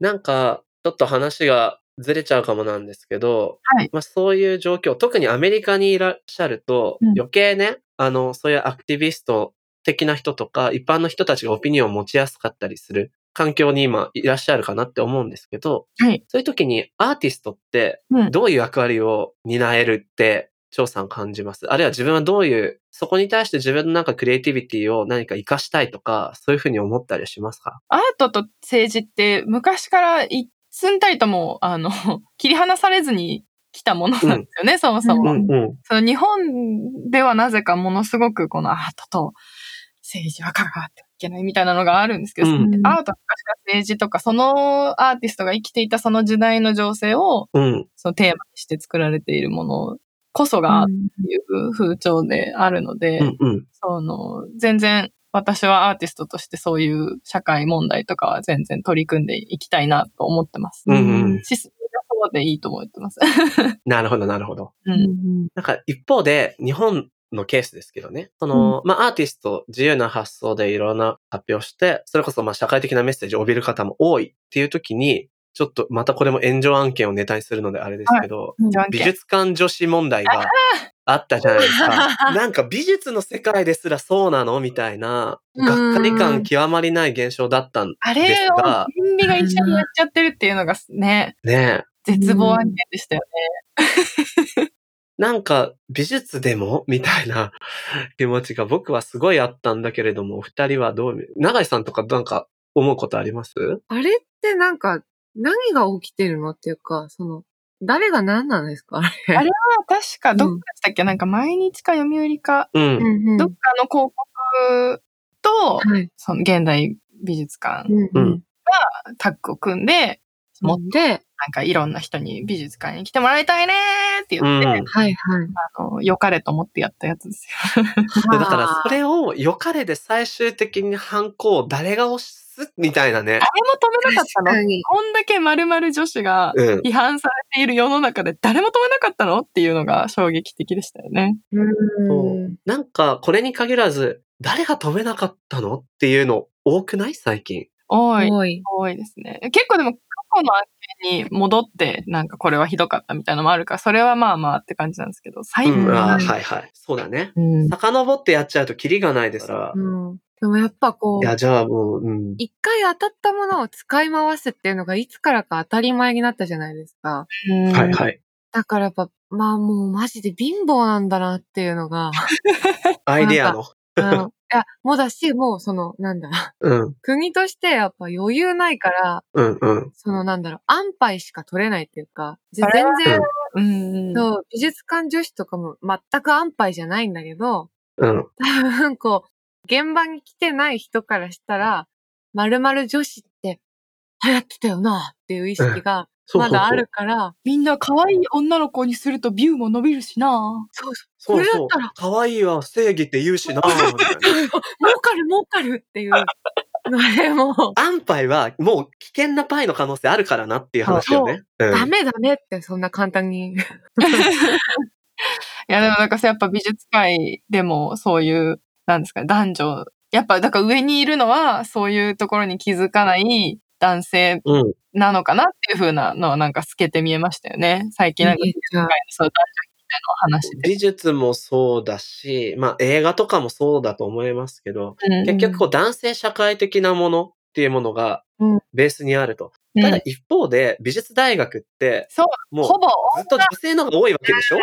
Speaker 1: なんか、ちょっと話がずれちゃうかもなんですけど、
Speaker 3: はい
Speaker 1: まあ、そういう状況、特にアメリカにいらっしゃると、
Speaker 3: うん
Speaker 1: 余計ね、あの、そういうアクティビスト的な人とか、一般の人たちがオピニオンを持ちやすかったりする環境に今いらっしゃるかなって思うんですけど、
Speaker 3: はい
Speaker 1: そういう時にアーティストって
Speaker 3: うん
Speaker 1: どういう役割を担えるって、張さん感じます。あるいは自分はどういう、そこに対して自分のなんかクリエイティビティを何か活かしたいとか、そういうふうに思ったりしますか
Speaker 3: アートと政治って昔から一寸たりとも、あの、 切り離されずに来たものなんですよね、そもそも。
Speaker 2: うん
Speaker 1: うん。
Speaker 3: その日本ではなぜかものすごくこのアートと政治は関わってはいけないみたいなのがあるんですけど、
Speaker 1: うん
Speaker 3: アートとか政治とか、そのアーティストが生きていたその時代の情勢を
Speaker 1: うん。
Speaker 3: そのテーマにして作られているものこそがアートっていう風潮であるので、
Speaker 1: うん。うん。
Speaker 3: その、全然私はアーティストとしてそういう社会問題とかは全然取り組んでいきたいなと思ってます。
Speaker 1: うんうん
Speaker 3: し、そうでいいと思ってます。
Speaker 1: なるほど、なるほど。
Speaker 3: う。
Speaker 2: うんん。
Speaker 1: なんか一方で、日本のケースですけどね。その、まあアーティスト、自由な発想でいろんな発表して、それこそまあ社会的なメッセージを帯びる方も多いっていう時に、ちょっとまたこれも炎上案件をネタにするのであれですけど、
Speaker 3: じゃんけ
Speaker 1: 美
Speaker 3: ん
Speaker 1: 術館女子問題があったじゃないです か。なんか美術の世界ですらそうなのみたいな、
Speaker 2: うん
Speaker 1: がっかり感極まりない現象だったん
Speaker 3: あ
Speaker 1: です
Speaker 3: れを
Speaker 1: が、
Speaker 3: 倫理が一緒にやっちゃってるっていうのがね、
Speaker 1: ねえ
Speaker 3: 絶望案件でしたよ
Speaker 1: なんか美術でもみたいな 気持ちが僕はすごいあったんだけれども、お二人はどう、長井さんとかなんか思うことあります
Speaker 2: あれってなんか、何が起きてるのっていうか、その、誰が何なんですかあれ。
Speaker 3: あれね。確か、どっかでしたっけ、なんか毎日か読売か、
Speaker 1: う。
Speaker 2: うんんうん
Speaker 3: どっかの広告と、
Speaker 2: はい。
Speaker 3: その現代美術館
Speaker 2: うんうん。
Speaker 3: タッグを組んで、持っ
Speaker 2: で、
Speaker 3: なんかいろんな人に美術館に来てもらいたいねーって
Speaker 1: う
Speaker 3: 言っ
Speaker 1: ん。
Speaker 3: て、
Speaker 1: で
Speaker 2: はいはい。
Speaker 3: あの、良かれと思ってやったやつですよ。
Speaker 1: だからそれを良かれで最終的に反抗を誰が押すみたいなね。
Speaker 3: 誰も止めなかったの
Speaker 2: 確かに
Speaker 3: こんだけ丸々女子が
Speaker 1: うん。
Speaker 3: 批判されている世の中で誰も止めなかったのっていうのが衝撃的でしたよね。
Speaker 2: うん。
Speaker 1: なんかこれに限らず、誰が止めなかったのっていうの多くない最近。
Speaker 3: 多い、
Speaker 2: 多い。
Speaker 3: 多いですね。結構でも過去の案件に戻ってなんかこれはひどかったみたいなのもあるから、それはまあまあって感じなんですけど、最
Speaker 1: う
Speaker 3: 近
Speaker 1: ん。
Speaker 3: は
Speaker 1: あ
Speaker 2: は
Speaker 1: ー
Speaker 2: い
Speaker 1: はいはい。そうだね。
Speaker 3: うん
Speaker 1: 遡ってやっちゃうとキリがないですから。
Speaker 2: うん。でもやっぱこ、
Speaker 1: いうや、じゃあもう、うん。
Speaker 2: 一回当たったものを使い回すっていうのがいつからか当たり前になったじゃないです
Speaker 1: は
Speaker 2: か。
Speaker 1: いはい。
Speaker 2: だからやっぱ、まあもうマジで貧乏なんだなっていうのが、
Speaker 1: アイディアの。
Speaker 2: あの、いや、もうだし、もうその、なんだ、
Speaker 1: うん。
Speaker 2: 国としてやっぱ余裕ないから、
Speaker 1: うんうん。
Speaker 2: そのなんだろう、安牌しか取れないっていうか、じゃ
Speaker 3: それ
Speaker 2: 全
Speaker 3: は
Speaker 2: 然、
Speaker 3: うん。
Speaker 2: そう、美術館女子とかも全く安牌じゃないんだけど、
Speaker 1: うん。
Speaker 2: 多分こう、現場に来てない人からしたら、〇〇女子って流行ってたよなっていう意識が
Speaker 1: そうそうそう
Speaker 2: まだあるから、
Speaker 3: みんな可愛い女の子にするとビューも伸びるしな
Speaker 2: そうそ
Speaker 1: そう
Speaker 2: これ
Speaker 1: そう
Speaker 2: だったら。
Speaker 1: 可愛いは正義って言う しな。みたいな
Speaker 2: う、儲かる儲かるっていうのでもう、
Speaker 1: 安牌はもう危険なパイの可能性あるからなっていう話よね。うん
Speaker 2: ダメダメってそんな簡単に。
Speaker 3: いや、でもなんかさやっぱ美術界でもそういう、なんですか、男女、やっぱだから上にいるのはそういうところに気づかない男性
Speaker 1: うん。
Speaker 3: なのかなっていう風なのはなんか透けて見えましたよね。最近なんか
Speaker 2: 見え
Speaker 3: 美
Speaker 2: ち
Speaker 3: 術
Speaker 2: ゃう
Speaker 3: 界のそういう男女みたいなお話で。
Speaker 1: 美術もそうだし、まあ映画とかもそうだと思いますけど、
Speaker 3: うん
Speaker 1: 結局こう男性社会的なものっていうものが
Speaker 2: うん
Speaker 1: ベースにあると。
Speaker 3: うん
Speaker 1: ただ一方で美術大学って
Speaker 3: そう、
Speaker 1: もう
Speaker 3: ほぼ
Speaker 1: ずっと女性の方が多いわけでしょ
Speaker 3: 7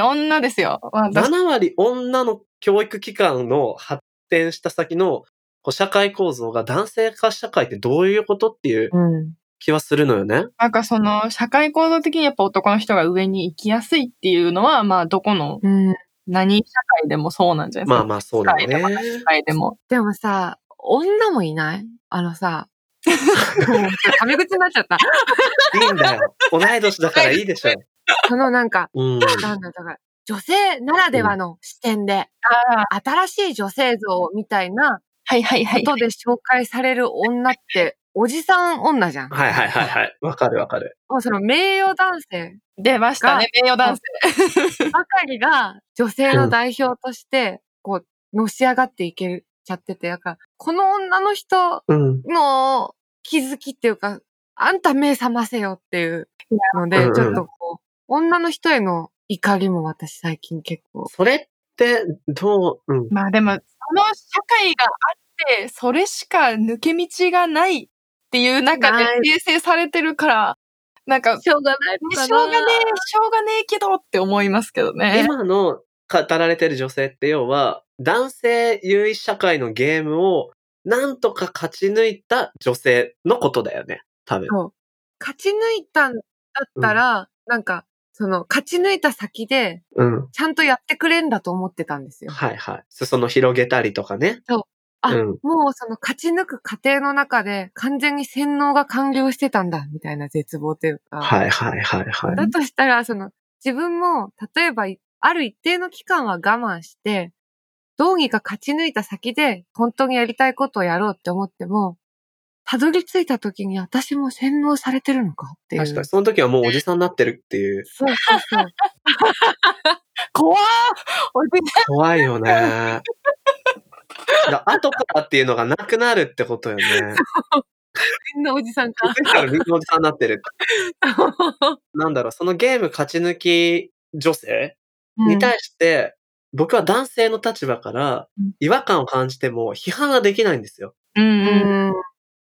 Speaker 3: 割女ですよ。私
Speaker 1: ?7 割女の教育機関の発展した先のこう社会構造が男性化社会ってどういうことっていう
Speaker 2: うん。
Speaker 1: 気はするのよね。
Speaker 3: なんかその社会行動的にやっぱ男の人が上に行きやすいっていうのは、まあどこの
Speaker 2: うん。
Speaker 3: 何社会でもそうなんじゃないです
Speaker 1: ま
Speaker 3: か。
Speaker 1: あまあそうだよね。
Speaker 3: 社会でも。
Speaker 2: でもさ、女もいないあの さ、タメ口になっちゃった。
Speaker 1: いいんだよ。同い年だからいいでしょ。
Speaker 2: そのなんか、
Speaker 1: うん。
Speaker 2: なんだ、だから、女性ならではの視点で、
Speaker 3: ああ、
Speaker 2: 新しい女性像みたいな
Speaker 3: はいはいは
Speaker 2: こ
Speaker 3: い。
Speaker 2: とで紹介される女って、おじさん女じ ゃん。
Speaker 1: はいはいはいはい。わかるわかる。
Speaker 2: もうその名誉男性
Speaker 3: 出ましたね、名誉男性。
Speaker 2: ばかりが女性の代表として、こう、のし上がっていけちゃってて、だから、この女の人
Speaker 1: うん。
Speaker 2: の気づきっていうか、あんた目覚ませよっていうの
Speaker 1: い
Speaker 2: で、
Speaker 1: やうんうん
Speaker 2: ちょっとこう、女の人への怒りも私最近結構。
Speaker 1: それって、どう、うん。
Speaker 3: まあでも、その社会があって、それしか抜け道がないっていう中で
Speaker 2: ない
Speaker 3: 形成されてるから、なんか、し
Speaker 2: しょうがない
Speaker 3: ょうがねえ、しょうがねえけどって思いますけどね。
Speaker 1: 今の語られてる女性って要は、男性優位社会のゲームをなんとか勝ち抜いた女性のことだよね。多分。
Speaker 2: 勝ち抜いたんだったら、なんか、その、勝ち抜いた先で、
Speaker 1: うん。
Speaker 2: ちゃんとやってくれんだと思ってたんですよ。
Speaker 1: はいはい。裾野広げたりとかね。
Speaker 2: そう。あ
Speaker 1: うん。
Speaker 2: もうその勝ち抜く過程の中で完全に洗脳が完了してたんだ、みたいな絶望というか。
Speaker 1: はいはいはいはい。
Speaker 2: だとしたら、その、自分も、例えば、ある一定の期間は我慢して、どうにか勝ち抜いた先で、本当にやりたいことをやろうって思っても、たどり着いた時に私も洗脳されてるのかっていう。
Speaker 1: 確かに。その時はもうおじさんになってるって いう。
Speaker 2: そうそう そう。
Speaker 3: 怖ーおじさ
Speaker 1: 怖いよね。だ後からっていうのがなくなるってことよね。
Speaker 2: みんなおじさん
Speaker 1: 気
Speaker 2: か。
Speaker 1: づいたらみんなおじさんになってる。なんだろう、そのゲーム勝ち抜き女性
Speaker 3: ん
Speaker 1: に対して、僕は男性の立場から
Speaker 3: うん
Speaker 1: 違和感を感じても批判ができないんですよ。
Speaker 3: うん
Speaker 2: う
Speaker 3: うん。
Speaker 2: ん。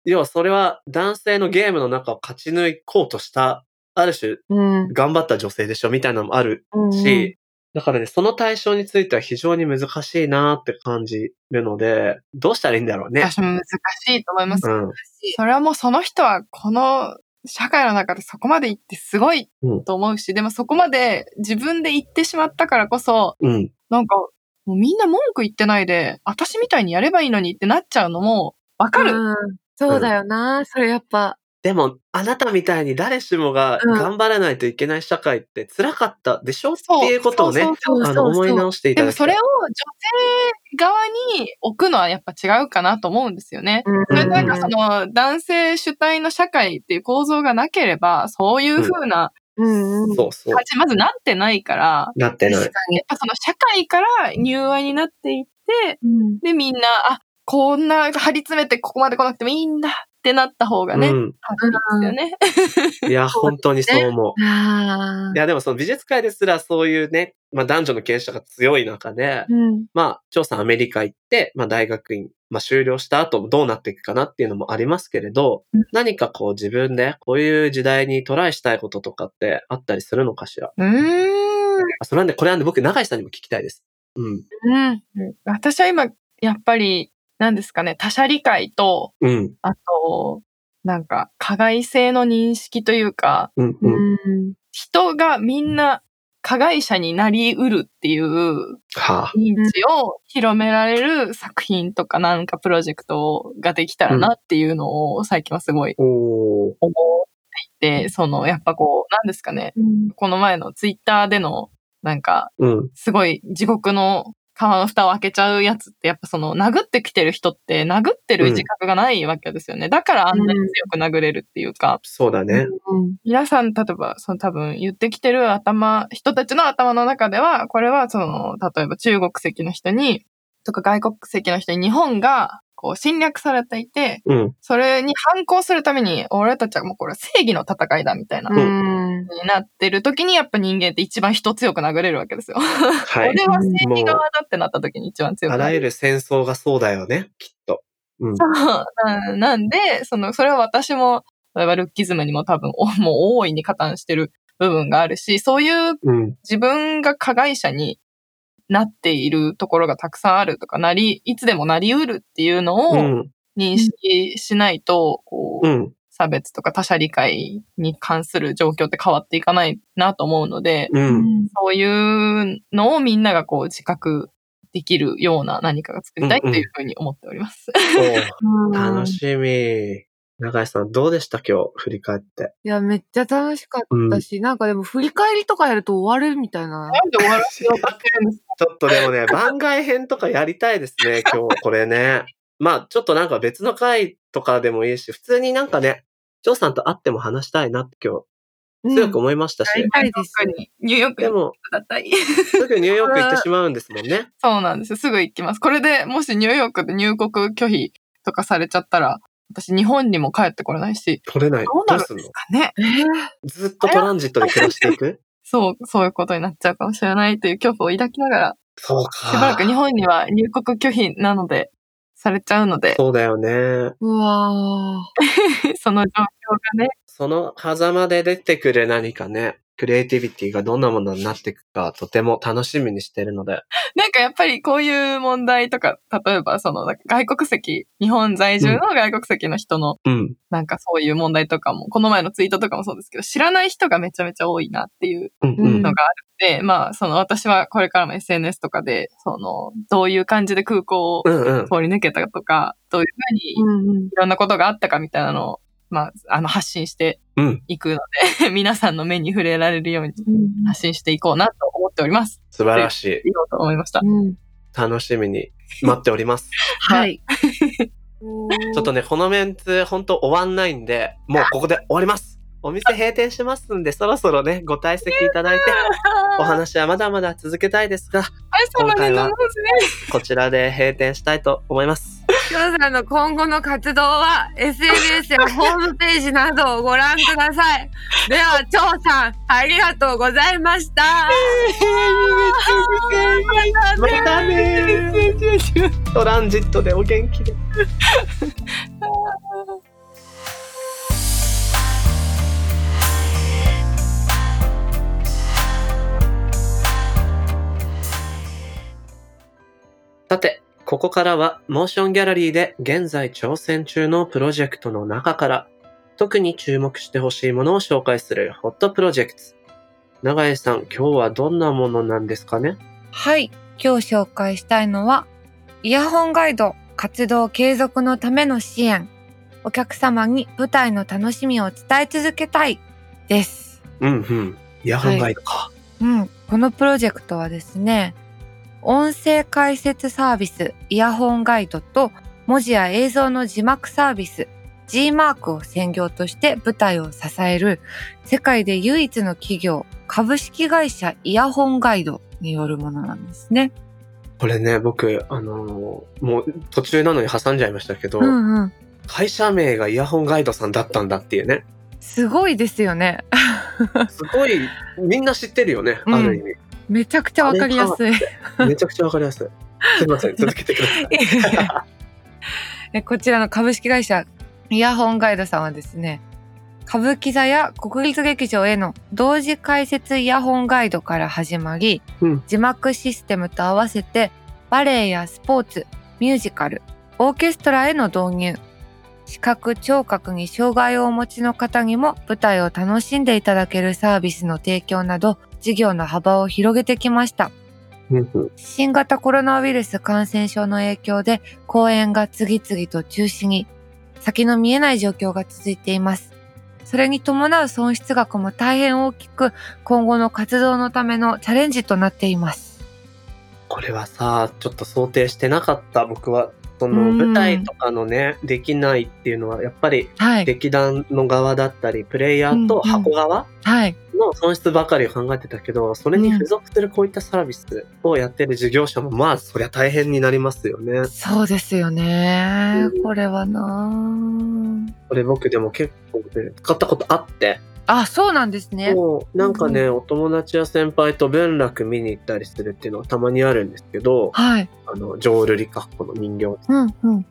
Speaker 1: 要はそれは男性のゲームの中を勝ち抜こうとした、ある種
Speaker 2: うん。
Speaker 1: 頑張った女性でしょみたいなのもある
Speaker 2: うん
Speaker 1: し、だからね、その対象については非常に難しいなって感じるので、どうしたらいいんだろうね。
Speaker 3: 私も難しいと思います。
Speaker 1: うん。
Speaker 3: それはもうその人はこの社会の中でそこまで行ってすごいと思うし、でもそこまで自分で行ってしまったからこそ、
Speaker 1: うん。
Speaker 3: なんか、もうみんな文句言ってないで、私みたいにやればいいのにってなっちゃうのも、わかる、
Speaker 2: うんそうだよな。それやっぱ。
Speaker 1: でも、あなたみたいに誰しもが
Speaker 2: うん
Speaker 1: 頑張らないといけない社会って辛かったでしょ、って
Speaker 3: そう。
Speaker 1: いうことをね、
Speaker 3: そうそうそう
Speaker 1: あの、思い直してい
Speaker 3: で
Speaker 1: た
Speaker 3: も
Speaker 1: だき
Speaker 3: そ
Speaker 1: たい。
Speaker 3: れを女性側に置くのはやっぱ違うかなと思うんですよね。それ
Speaker 1: ん
Speaker 3: でなんかその男性主体の社会っていう構造がなければ、そういう風な
Speaker 2: うんうん。
Speaker 1: そうそう
Speaker 3: 感。じ、まずなってないから、
Speaker 1: なってな
Speaker 2: 確
Speaker 1: い。
Speaker 2: かに
Speaker 3: やっぱその社会から入愛になっていって、
Speaker 2: うん
Speaker 3: でみんな、あ、こんな張り詰めてここまで来なくてもいいんだってなった方がね、
Speaker 2: うん
Speaker 3: よね。
Speaker 1: うん。いや、本当にそう思う。
Speaker 2: あ
Speaker 1: いや、でもその美術界ですらそういうね、まあ男女の経営者が強い中で
Speaker 2: ー、うん
Speaker 1: まあ、張さんアメリカ行って、まあ大学院、まあ修了した後もどうなっていくかなっていうのもありますけれど、何かこう自分でこういう時代にトライしたいこととかってあったりするのかしら。
Speaker 3: う ーん。
Speaker 1: あそれなんで、これなんで僕、永井さんにも聞きたいです。うん。
Speaker 2: うん。
Speaker 3: 私は今、やっぱり、何ですかね、他者理解と、
Speaker 1: うん。
Speaker 3: あと、なんか、加害性の認識というか、
Speaker 1: うん。
Speaker 2: う
Speaker 1: うん。
Speaker 2: ん。
Speaker 3: 人がみんな加害者になりうるっていう
Speaker 1: はあ。
Speaker 3: 認知を広められる作品とかなんかプロジェクトができたらなっていうのを最近はすごい
Speaker 1: おー。
Speaker 3: 思っていて、その、やっぱこう、何ですかね、
Speaker 2: うん
Speaker 3: この前のツイッターでの、なんか、
Speaker 1: うん。
Speaker 3: すごい地獄の皮の蓋を開けちゃうやつって、やっぱその殴ってきてる人って殴ってる自覚がないわけですよね。だからあんなに強く殴れるっていうか、
Speaker 1: そうだね。
Speaker 2: うん
Speaker 3: 皆さん、例えば、その多分言ってきてる頭、人たちの頭の中では、これはその、例えば中国籍の人に、とか外国籍の人に日本がこう侵略されていて、
Speaker 1: うん。
Speaker 3: それに反抗するために、俺たちはもうこれは正義の戦いだみたいな、
Speaker 2: う
Speaker 3: に
Speaker 2: ん。
Speaker 3: なってる時に、やっぱ人間って一番人強く殴れるわけですよ。
Speaker 1: は
Speaker 3: 俺
Speaker 1: い。
Speaker 3: は正義側だってなった時に一番強く
Speaker 1: あ
Speaker 3: なる
Speaker 1: らゆる戦争がそうだよね、きっと。うん。
Speaker 3: そうななんで、その、それは私も、例えばルッキズムにも多分、おもう大いに加担してる部分があるし、そういう
Speaker 1: うん。
Speaker 3: 自分が加害者になっているところがたくさんあるとか、なり、いつでもなりうるっていう
Speaker 1: う
Speaker 3: のを
Speaker 1: ん。
Speaker 3: 認識しないと、こ
Speaker 1: う
Speaker 3: う、
Speaker 1: ん。
Speaker 3: 差別とか他者理解に関する状況って変わっていかないなと思うので、
Speaker 1: う。
Speaker 2: うんん。
Speaker 3: そういうのをみんながこう自覚できるような何かが作りたいというふうに思っております。
Speaker 1: そう。楽
Speaker 2: い。
Speaker 1: しみ。長井さん、どうでした今日、振り返って。
Speaker 2: いや、めっちゃ楽しかったし、なんかでも振り返りとかやると終わるみたいな。
Speaker 3: なんで終わらせようとしてるんですか
Speaker 1: ちょっとでもね、 番外編とかやりたいです ね、今日これね。まあ、ちょっとなんか別の回とかでもいいし、普通になんかね、ジョーさんと会っても話したいなって今日、強く思いましたし、
Speaker 2: りたいです
Speaker 3: ニューヨーク
Speaker 1: で
Speaker 3: に行
Speaker 1: も、
Speaker 3: くだったり。
Speaker 1: すぐニューヨーク行ってしまうんですもんね。
Speaker 3: そうなんですよ。すぐ行きます。これでもしニューヨークで入国拒否とかされちゃったら、私日本にも帰ってこれないし、
Speaker 1: 取れない。
Speaker 3: どう
Speaker 1: ど
Speaker 3: な
Speaker 1: う
Speaker 3: る
Speaker 1: すん
Speaker 3: んで
Speaker 1: の
Speaker 3: すかね。
Speaker 2: うん
Speaker 1: ずっとトランジットで暮らしていく
Speaker 3: そう、そういうことになっちゃうかもしれないという恐怖を抱きながら、
Speaker 1: そう
Speaker 3: しばら
Speaker 1: か
Speaker 3: く。日本には入国拒否なので、されちゃうので、
Speaker 1: そうだよね。
Speaker 2: うわー。
Speaker 3: その状況がね、
Speaker 1: その狭間で出てくる何かね、クリエイティビティがどんなものになっていくか、とても楽しみにしてるので。
Speaker 3: なんかやっぱりこういう問題とか、例えばそのなんか外国籍、日本在住の外国籍の人の
Speaker 1: うん。
Speaker 3: なんかそういう問題とかも、この前のツイートとかもそうですけど、知らない人がめちゃめちゃ多いなっていう
Speaker 1: うん
Speaker 2: う
Speaker 1: うんん。
Speaker 3: のがあるので、まあその私はこれからも SNS とかで、そのどういう感じで空港を
Speaker 1: うんうん。
Speaker 3: 通り抜けたとか、どういうふうに
Speaker 2: うんうん
Speaker 3: いろんなことがあったかみたいなのを、まあ、あの、発信して
Speaker 1: うん。
Speaker 3: いくので、 皆さんの目に触れられるように発信していこうなと思っております。
Speaker 1: 素晴らしい。
Speaker 3: いいよと思いました。。
Speaker 2: うん。
Speaker 1: 楽しみに待っております。
Speaker 2: はい い。
Speaker 1: ちょっとね、このメンツ、本当終わんないんで、もうここで終わります。お店閉店しますんで、そろそろね、ご退席いただいて、お
Speaker 3: お
Speaker 1: 話はまだまだ続けたいですが、
Speaker 3: 疲れ様でございます
Speaker 1: こちらで閉店したいと思います。
Speaker 2: ジョーさんの今後の活動は SNS やホームページなどをご覧ください。 では、ジョーさん、ありがとうございました。
Speaker 1: またねー トランジットでお元気で。さて、ここからはモーションギャラリーで現在挑戦中のプロジェクトの中から特に注目してほしいものを紹介するホットプロジェクト。永井さん、今日はどんなものなんですかね
Speaker 2: はい。今日紹介したいのは、イヤホンガイド活動継続のための支援。お客様に舞台の楽しみを伝え続けたい。です。
Speaker 1: うんうん。イヤホンガイドか。
Speaker 2: うん、このプロジェクトはですね、音声解説サービスイヤホンガイドと文字や映像の字幕サービス G マークを専業として舞台を支える世界で唯一の企業株式会社イヤホンガイドによるものなんですね。
Speaker 1: これね、僕、あのーもう途中なのに挟んじゃいましたけど、
Speaker 2: うんうん。
Speaker 1: 会社名がイヤホンガイドさんだったんだっていうね。
Speaker 2: すごいですよね。
Speaker 1: すごい、みんな知ってるよね、
Speaker 2: うん
Speaker 1: ある意
Speaker 2: めちゃくちゃわかりやすい。
Speaker 1: 味。めちゃくちゃわかりやすい。すいません、続けてくだ さい。
Speaker 2: えこちらの株式会社イヤホンガイドさんはですね歌舞伎座や国立劇場への同時解説イヤホンガイドから始まり、
Speaker 1: うん
Speaker 2: 字幕システムと合わせてバレエやスポーツミュージカルオーケストラへの導入視覚聴覚に障害をお持ちの方にも舞台を楽しんでいただけるサービスの提供など事業の幅を広げてきました
Speaker 1: うんうん
Speaker 2: 新型コロナウイルス感染症の影響で公演が次々と中止に、先の見えない状況が続いています。それに伴う損失額も大変大きく、今後の活動のためのチャレンジとなっています。
Speaker 1: これはさ、ちょっと想定してなかった、僕は。その
Speaker 2: うん
Speaker 1: 舞台とかのね、できないっていうのは、やっぱり
Speaker 2: はい。
Speaker 1: 劇団の側だったり、プレイヤーと箱側、
Speaker 2: はい。
Speaker 1: の損失ばかりを考えてたけど、それに付属するこういったサービスをやってる事業者も、まあ、そりゃ大変になりますよね。
Speaker 2: そうですよね
Speaker 1: う。ん
Speaker 2: これはな
Speaker 1: これ僕でも結構ね、使ったことあって、
Speaker 2: ああ、そうなんですね。
Speaker 1: もうなんかね、お友達や先輩と文楽見に行ったりするっていうのはたまにあるんですけど、
Speaker 2: はい。
Speaker 1: あの、ジョールリカッコの人形
Speaker 2: うん、うん。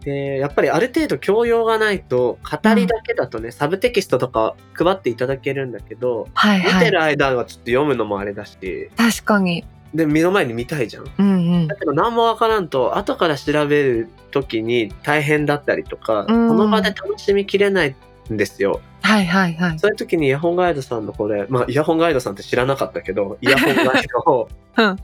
Speaker 1: で、やっぱりある程度教養がないと、語りだけだとね、サブテキストとか配っていただけるんだけど、
Speaker 2: はい、
Speaker 1: 見
Speaker 2: は
Speaker 1: て
Speaker 2: い。
Speaker 1: る間はちょっと読むのもあれだし、
Speaker 2: 確かに。
Speaker 1: で、目の前に見たいじゃん。
Speaker 2: うん、うん
Speaker 1: だ。けど何もわからんと後から調べる時に大変だったりとか、
Speaker 2: うん
Speaker 1: その場で楽しみきれないんですよ
Speaker 2: はい、はい、はい。
Speaker 1: そういう時にイヤホンガイドさんのこれ、まあ、イヤホンガイドさんって知らな かったけどイヤホンガイドを
Speaker 2: うん
Speaker 1: やっ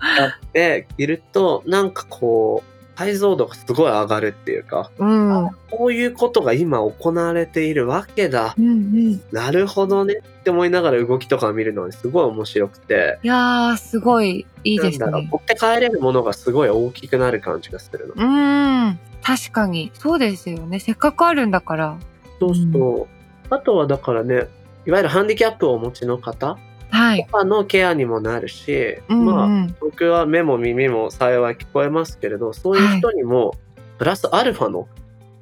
Speaker 1: ているとなんかこう解像度がすごい上がるっていうか、
Speaker 2: うん。うん
Speaker 1: こういうことが今行われているわけだ。
Speaker 2: うん。い
Speaker 1: なるほどねって思いながら動きとかを見るのにすごい面白くて。
Speaker 2: やー、すごいいいです
Speaker 1: なんだろう
Speaker 2: ね。
Speaker 1: 持って帰れるものがすごい大きくなる感じがするの。
Speaker 2: うん。確かに。そうですよね。せっかくあるんだから。
Speaker 1: そうそう。あとはだからね、いわゆるハンディキャップをお持ちの方
Speaker 2: はい。
Speaker 1: のケアにもなるし、
Speaker 2: うん、うん。
Speaker 1: まあ、僕は目も耳も幸い聞こえますけれどそういう人にもプラスアルファの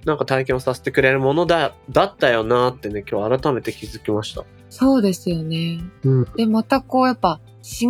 Speaker 1: なんか体験をさせてくれるものだだったよなってね今日改めて気づきました。
Speaker 2: そうですよね。
Speaker 1: うん、
Speaker 2: で、またこう、やっぱ、老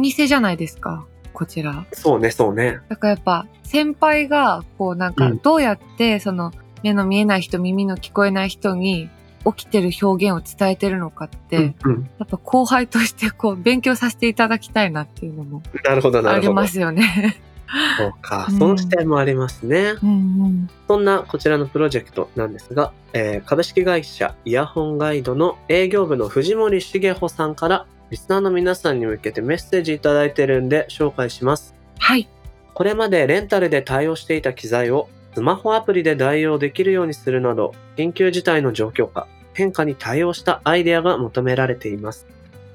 Speaker 2: 舗じゃないですか。こちら。
Speaker 1: そうねそうね。
Speaker 2: だからやっぱ先輩がこうなんか
Speaker 1: うん
Speaker 2: どうやってその目の見えない人耳の聞こえない人に起きてる表現を伝えてるのかって、
Speaker 1: うんうん、
Speaker 2: やっぱ後輩としてこう勉強させていただきたいなっていうのも
Speaker 1: なるほどな
Speaker 2: あ
Speaker 1: る
Speaker 2: り
Speaker 1: ほど
Speaker 2: ま。すよね。
Speaker 1: そうか、
Speaker 2: うん
Speaker 1: その視点もありますね。
Speaker 2: うんうん。
Speaker 1: そんなこちらのプロジェクトなんですが、えー株式会社イヤホンガイドの営業部の藤森茂穂さんからリスナーの皆さんに向けてメッセージいただいてるんで紹介します。
Speaker 2: はい。
Speaker 1: これまでレンタルで対応していた機材をスマホアプリで代用できるようにするなど、緊急事態の状況下、変化に対応したアイデアが求められています。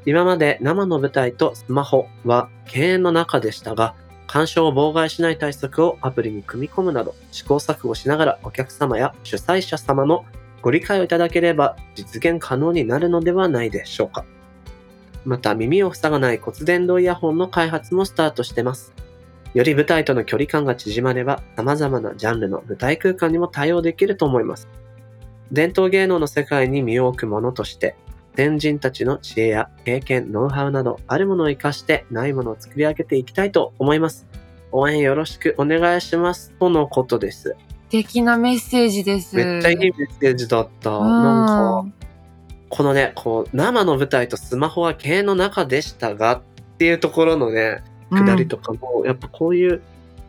Speaker 1: 今まで生の舞台とスマホは敬遠の中でしたが、干渉を妨害しない対策をアプリに組み込むなど、試行錯誤しながらお客様や主催者様のご理解をいただければ実現可能になるのではないでしょうか。また耳を塞がない骨伝導イヤホンの開発もスタートしてます。より舞台との距離感が縮まれば、様々なジャンルの舞台空間にも対応できると思います。伝統芸能の世界に身を置くものとして、先人たちの知恵や経験、ノウハウなど、あるものを活かして、ないものを作り上げていきたいと思います。応援よろしくお願いします。とのことです。
Speaker 2: 素敵なメッセージです。
Speaker 1: めっちゃいいメッセージだった。
Speaker 2: うん
Speaker 1: なんか、このね、こう、生の舞台とスマホは経営の中でしたが、っていうところのね、下りとかも、やっぱこういう、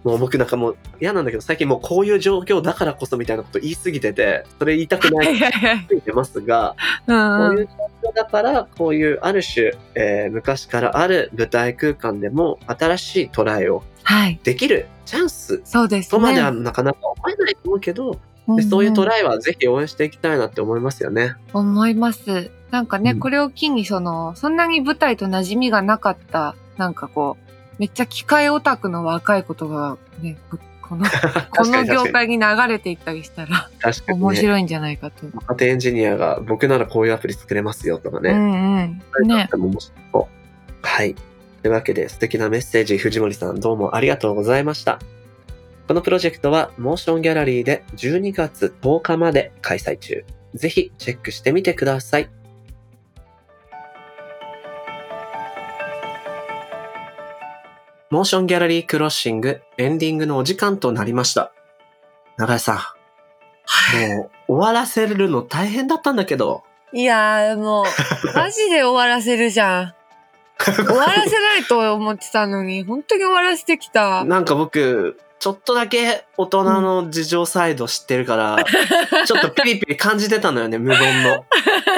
Speaker 1: もう僕なんかもう嫌なんだけど、最近もうこういう状況だからこそみたいなこと言い過ぎてて、それ言いたくな
Speaker 2: うん
Speaker 1: い
Speaker 2: い。やいやい
Speaker 1: ついてますが、
Speaker 2: や
Speaker 1: こ
Speaker 2: うん
Speaker 1: う
Speaker 2: う
Speaker 1: い
Speaker 2: ん
Speaker 1: う状況だから、こういうある種、えー昔からある舞台空間でも新しいトライを
Speaker 2: はい。
Speaker 1: できるチャンス
Speaker 2: そうです
Speaker 1: と
Speaker 2: ね。
Speaker 1: まではなかなか思えないと思うけど、でそういうトライはぜひ応援していきたいなって思いますよね。
Speaker 2: 思います。なんかね、
Speaker 1: うん
Speaker 2: これを機にその、そんなに舞台と馴染みがなかった、なんかこう、めっちゃ機械オタクの若い言葉がね、ここの、こ
Speaker 1: 確か
Speaker 2: の
Speaker 1: に確
Speaker 2: 業
Speaker 1: かに。
Speaker 2: 界に流れていったりしたら、
Speaker 1: 確かに、
Speaker 2: 面
Speaker 1: ね。
Speaker 2: 白いんじゃないかと。
Speaker 1: 若手エンジニアが僕ならこういうアプリ作れますよとかね。
Speaker 2: うんうん。ね。
Speaker 1: でも面白そうはい。というわけで素敵なメッセージ藤森さんどうもありがとうございました。このプロジェクトはモーションギャラリーで12月10日まで開催中。ぜひチェックしてみてください。モーションギャラリークロッシングエンディングのお時間となりました。長井さん、もう終わらせるの大変だったんだけど。
Speaker 2: いやーも う、マジで終わらせるじゃん。終わらせないと思ってたのに、本当に終わらせてきた。
Speaker 1: なんか僕、ちょっとだけ大人の事情サイド知ってるから、ちょっとピリピリ感じてたのよね、無言の。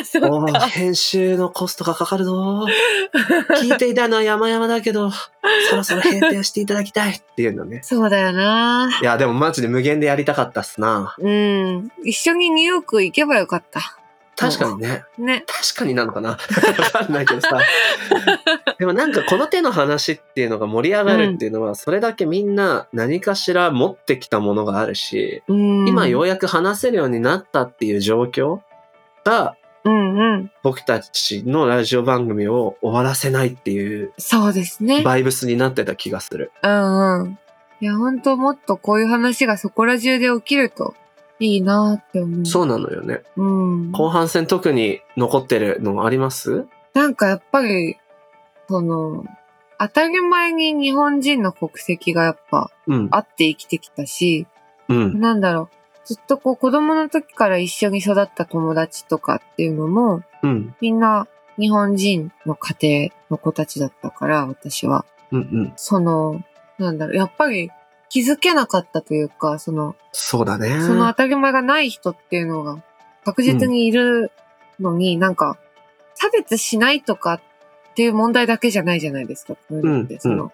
Speaker 2: そう
Speaker 1: おー編集のコストがかかるぞー。聞いていたのは山々だけど、そろそろ閉店していただきたいっていうのね。
Speaker 2: そうだよない
Speaker 1: や、でもマジで無限でやりたかったっすな。
Speaker 2: うん。一緒にニューヨーク行けばよかった。
Speaker 1: 確かにね。
Speaker 2: ね。
Speaker 1: 確かになのか なわかんないけどさ。でもなんかこの手の話っていうのが盛り上がるっていうのは、それだけみんな何かしら持ってきたものがあるし、今
Speaker 2: 今
Speaker 1: ようやく話せるようになったっていう状況が
Speaker 2: うんうん。
Speaker 1: 僕たちのラジオ番組を終わらせないっていう
Speaker 2: そうですね。
Speaker 1: バイブスになってた気がする。
Speaker 2: うんうん。いや、ほんともっとこういう話がそこら中で起きるといいなって思う。
Speaker 1: そうなのよね。
Speaker 2: う。うん。
Speaker 1: 後半戦特に残ってるのあります
Speaker 2: なんかやっぱり、その、当たり前に日本人の国籍がやっぱ
Speaker 1: うん。
Speaker 2: あって生きてきたし、
Speaker 1: うん。
Speaker 2: なんだろう、ずっとこう子供の時から一緒に育った友達とかっていうのも、
Speaker 1: うん。
Speaker 2: みんな日本人の家庭の子たちだったから、私は。
Speaker 1: うん。うん。
Speaker 2: その、なんだろう、やっぱり気づけなかったというか、その、
Speaker 1: そうだね。
Speaker 2: その当たり前がない人っていうのが確実にいるのに、なんか、差別しないとかっていう問題だけじゃないじゃないですか、こういうのって。
Speaker 1: うん
Speaker 2: その、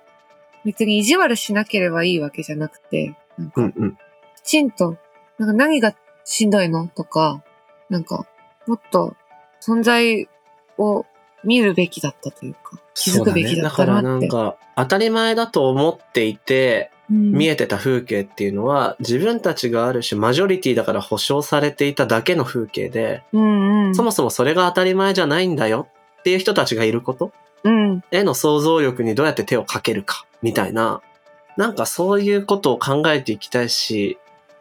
Speaker 2: 別に意地悪しなければいいわけじゃなくて、なん
Speaker 1: う
Speaker 2: か、
Speaker 1: んうん。
Speaker 2: きちんと、なんか何がしんどいのとか、なんか、もっと存在を見るべきだったというか、気づくべきだっ
Speaker 1: そ
Speaker 2: た
Speaker 1: うだねだから
Speaker 2: な
Speaker 1: な
Speaker 2: って。
Speaker 1: んか、当たり前だと思っていて、
Speaker 3: Hmm.
Speaker 1: 見えてた風景っていうのは、自分たちがある種、マジョリティだから保証されていただけの風景で、
Speaker 2: うんうん。
Speaker 1: そもそもそれが当たり前じゃないんだよっていう人たちがいること
Speaker 2: うん。
Speaker 1: への想像力にどうやって手をかけるか、みたいな、なんかそういうことを考えていきたいし、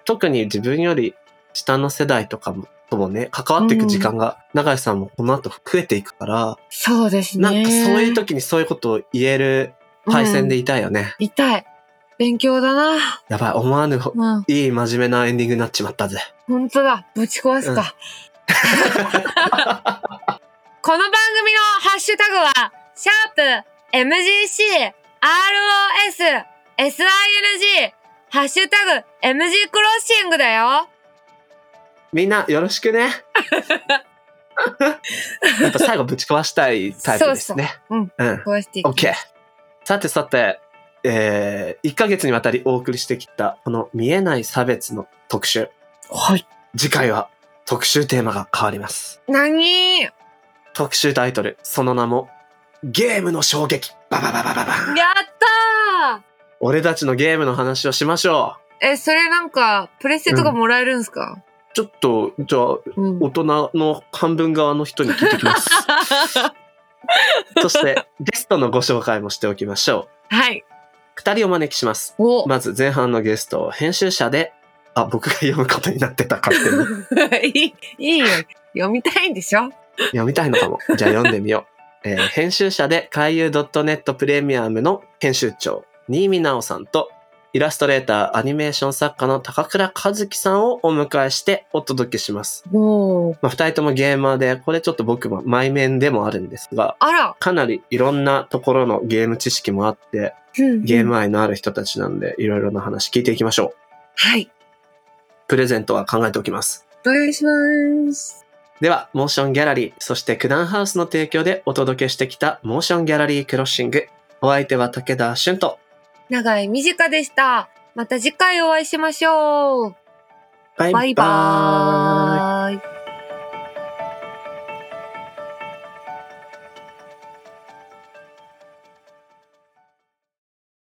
Speaker 1: 特に自分より下の世代とかも、ともね、関わっていく時間が、永井さんもこの後増えていくから、
Speaker 2: そうですね。
Speaker 1: なんかそういう時にそういうことを言える対戦でいたいよね。
Speaker 2: うん、痛い。勉強だな。
Speaker 1: やばい、思わぬほ、
Speaker 2: うん。
Speaker 1: いい真面目なエンディングになっちまったぜ。
Speaker 2: 本当だ。ぶち壊すか。 この番組のハッシュタグは、シャープ MGC、ROS、SING、ハッシュタグ MG クロッシングだよ。
Speaker 1: みんなよろし くね。やっぱ最後ぶち壊したいタイプですね。
Speaker 2: そうそう
Speaker 1: うん。
Speaker 2: こうしていきます
Speaker 1: OK。さてさて、えー、1ヶ月にわたりお送りしてきた、この見えない差別の特集。
Speaker 2: はい。
Speaker 1: 次回は特集テーマが変わります。
Speaker 2: 何や
Speaker 1: 特集タイトル、その名も、ゲームの衝撃。ババババババン
Speaker 2: った
Speaker 1: 俺たちのゲームの話をしましょ
Speaker 2: ーえ、それなんか、プレステとかもらえるんすか、
Speaker 1: う。ちょっと、じゃあ、
Speaker 2: うん、
Speaker 1: 大人の半分側の人に聞いてきます。そして、ゲストのご紹介もしておきましょう。
Speaker 2: はい。
Speaker 1: 二人お招きします。
Speaker 2: お、
Speaker 1: まず前半のゲスト、編集者で、あ、僕が読むことになってた勝手に。
Speaker 2: いい、いいよ。読みたいんでしょ
Speaker 1: 読みたいのかも。じゃあ読んでみよう。えー編集者で海遊 .net プレミアムの編集長、新見直さんと、イラストレーター、アニメーション作家の高倉和樹さんをお迎えしてお届けします。
Speaker 2: おー。
Speaker 1: まあ、二人ともゲーマーで、これちょっと僕も前面でもあるんですが、
Speaker 2: あら。
Speaker 1: かなりいろんなところのゲーム知識もあって、ゲーム愛のある人たちなんで、いろいろな話聞いていきましょう。
Speaker 2: はい。
Speaker 1: プレゼントは考えておきます。
Speaker 2: お願いします。
Speaker 1: では、モーションギャラリー、そして九段ハウスの提供でお届けしてきたモーションギャラリークロッシング。お相手は武田俊と。
Speaker 2: 長い短でした。また次回お会いしましょう。
Speaker 1: バイバ
Speaker 2: バイ
Speaker 1: バイバーイ
Speaker 2: バーイ。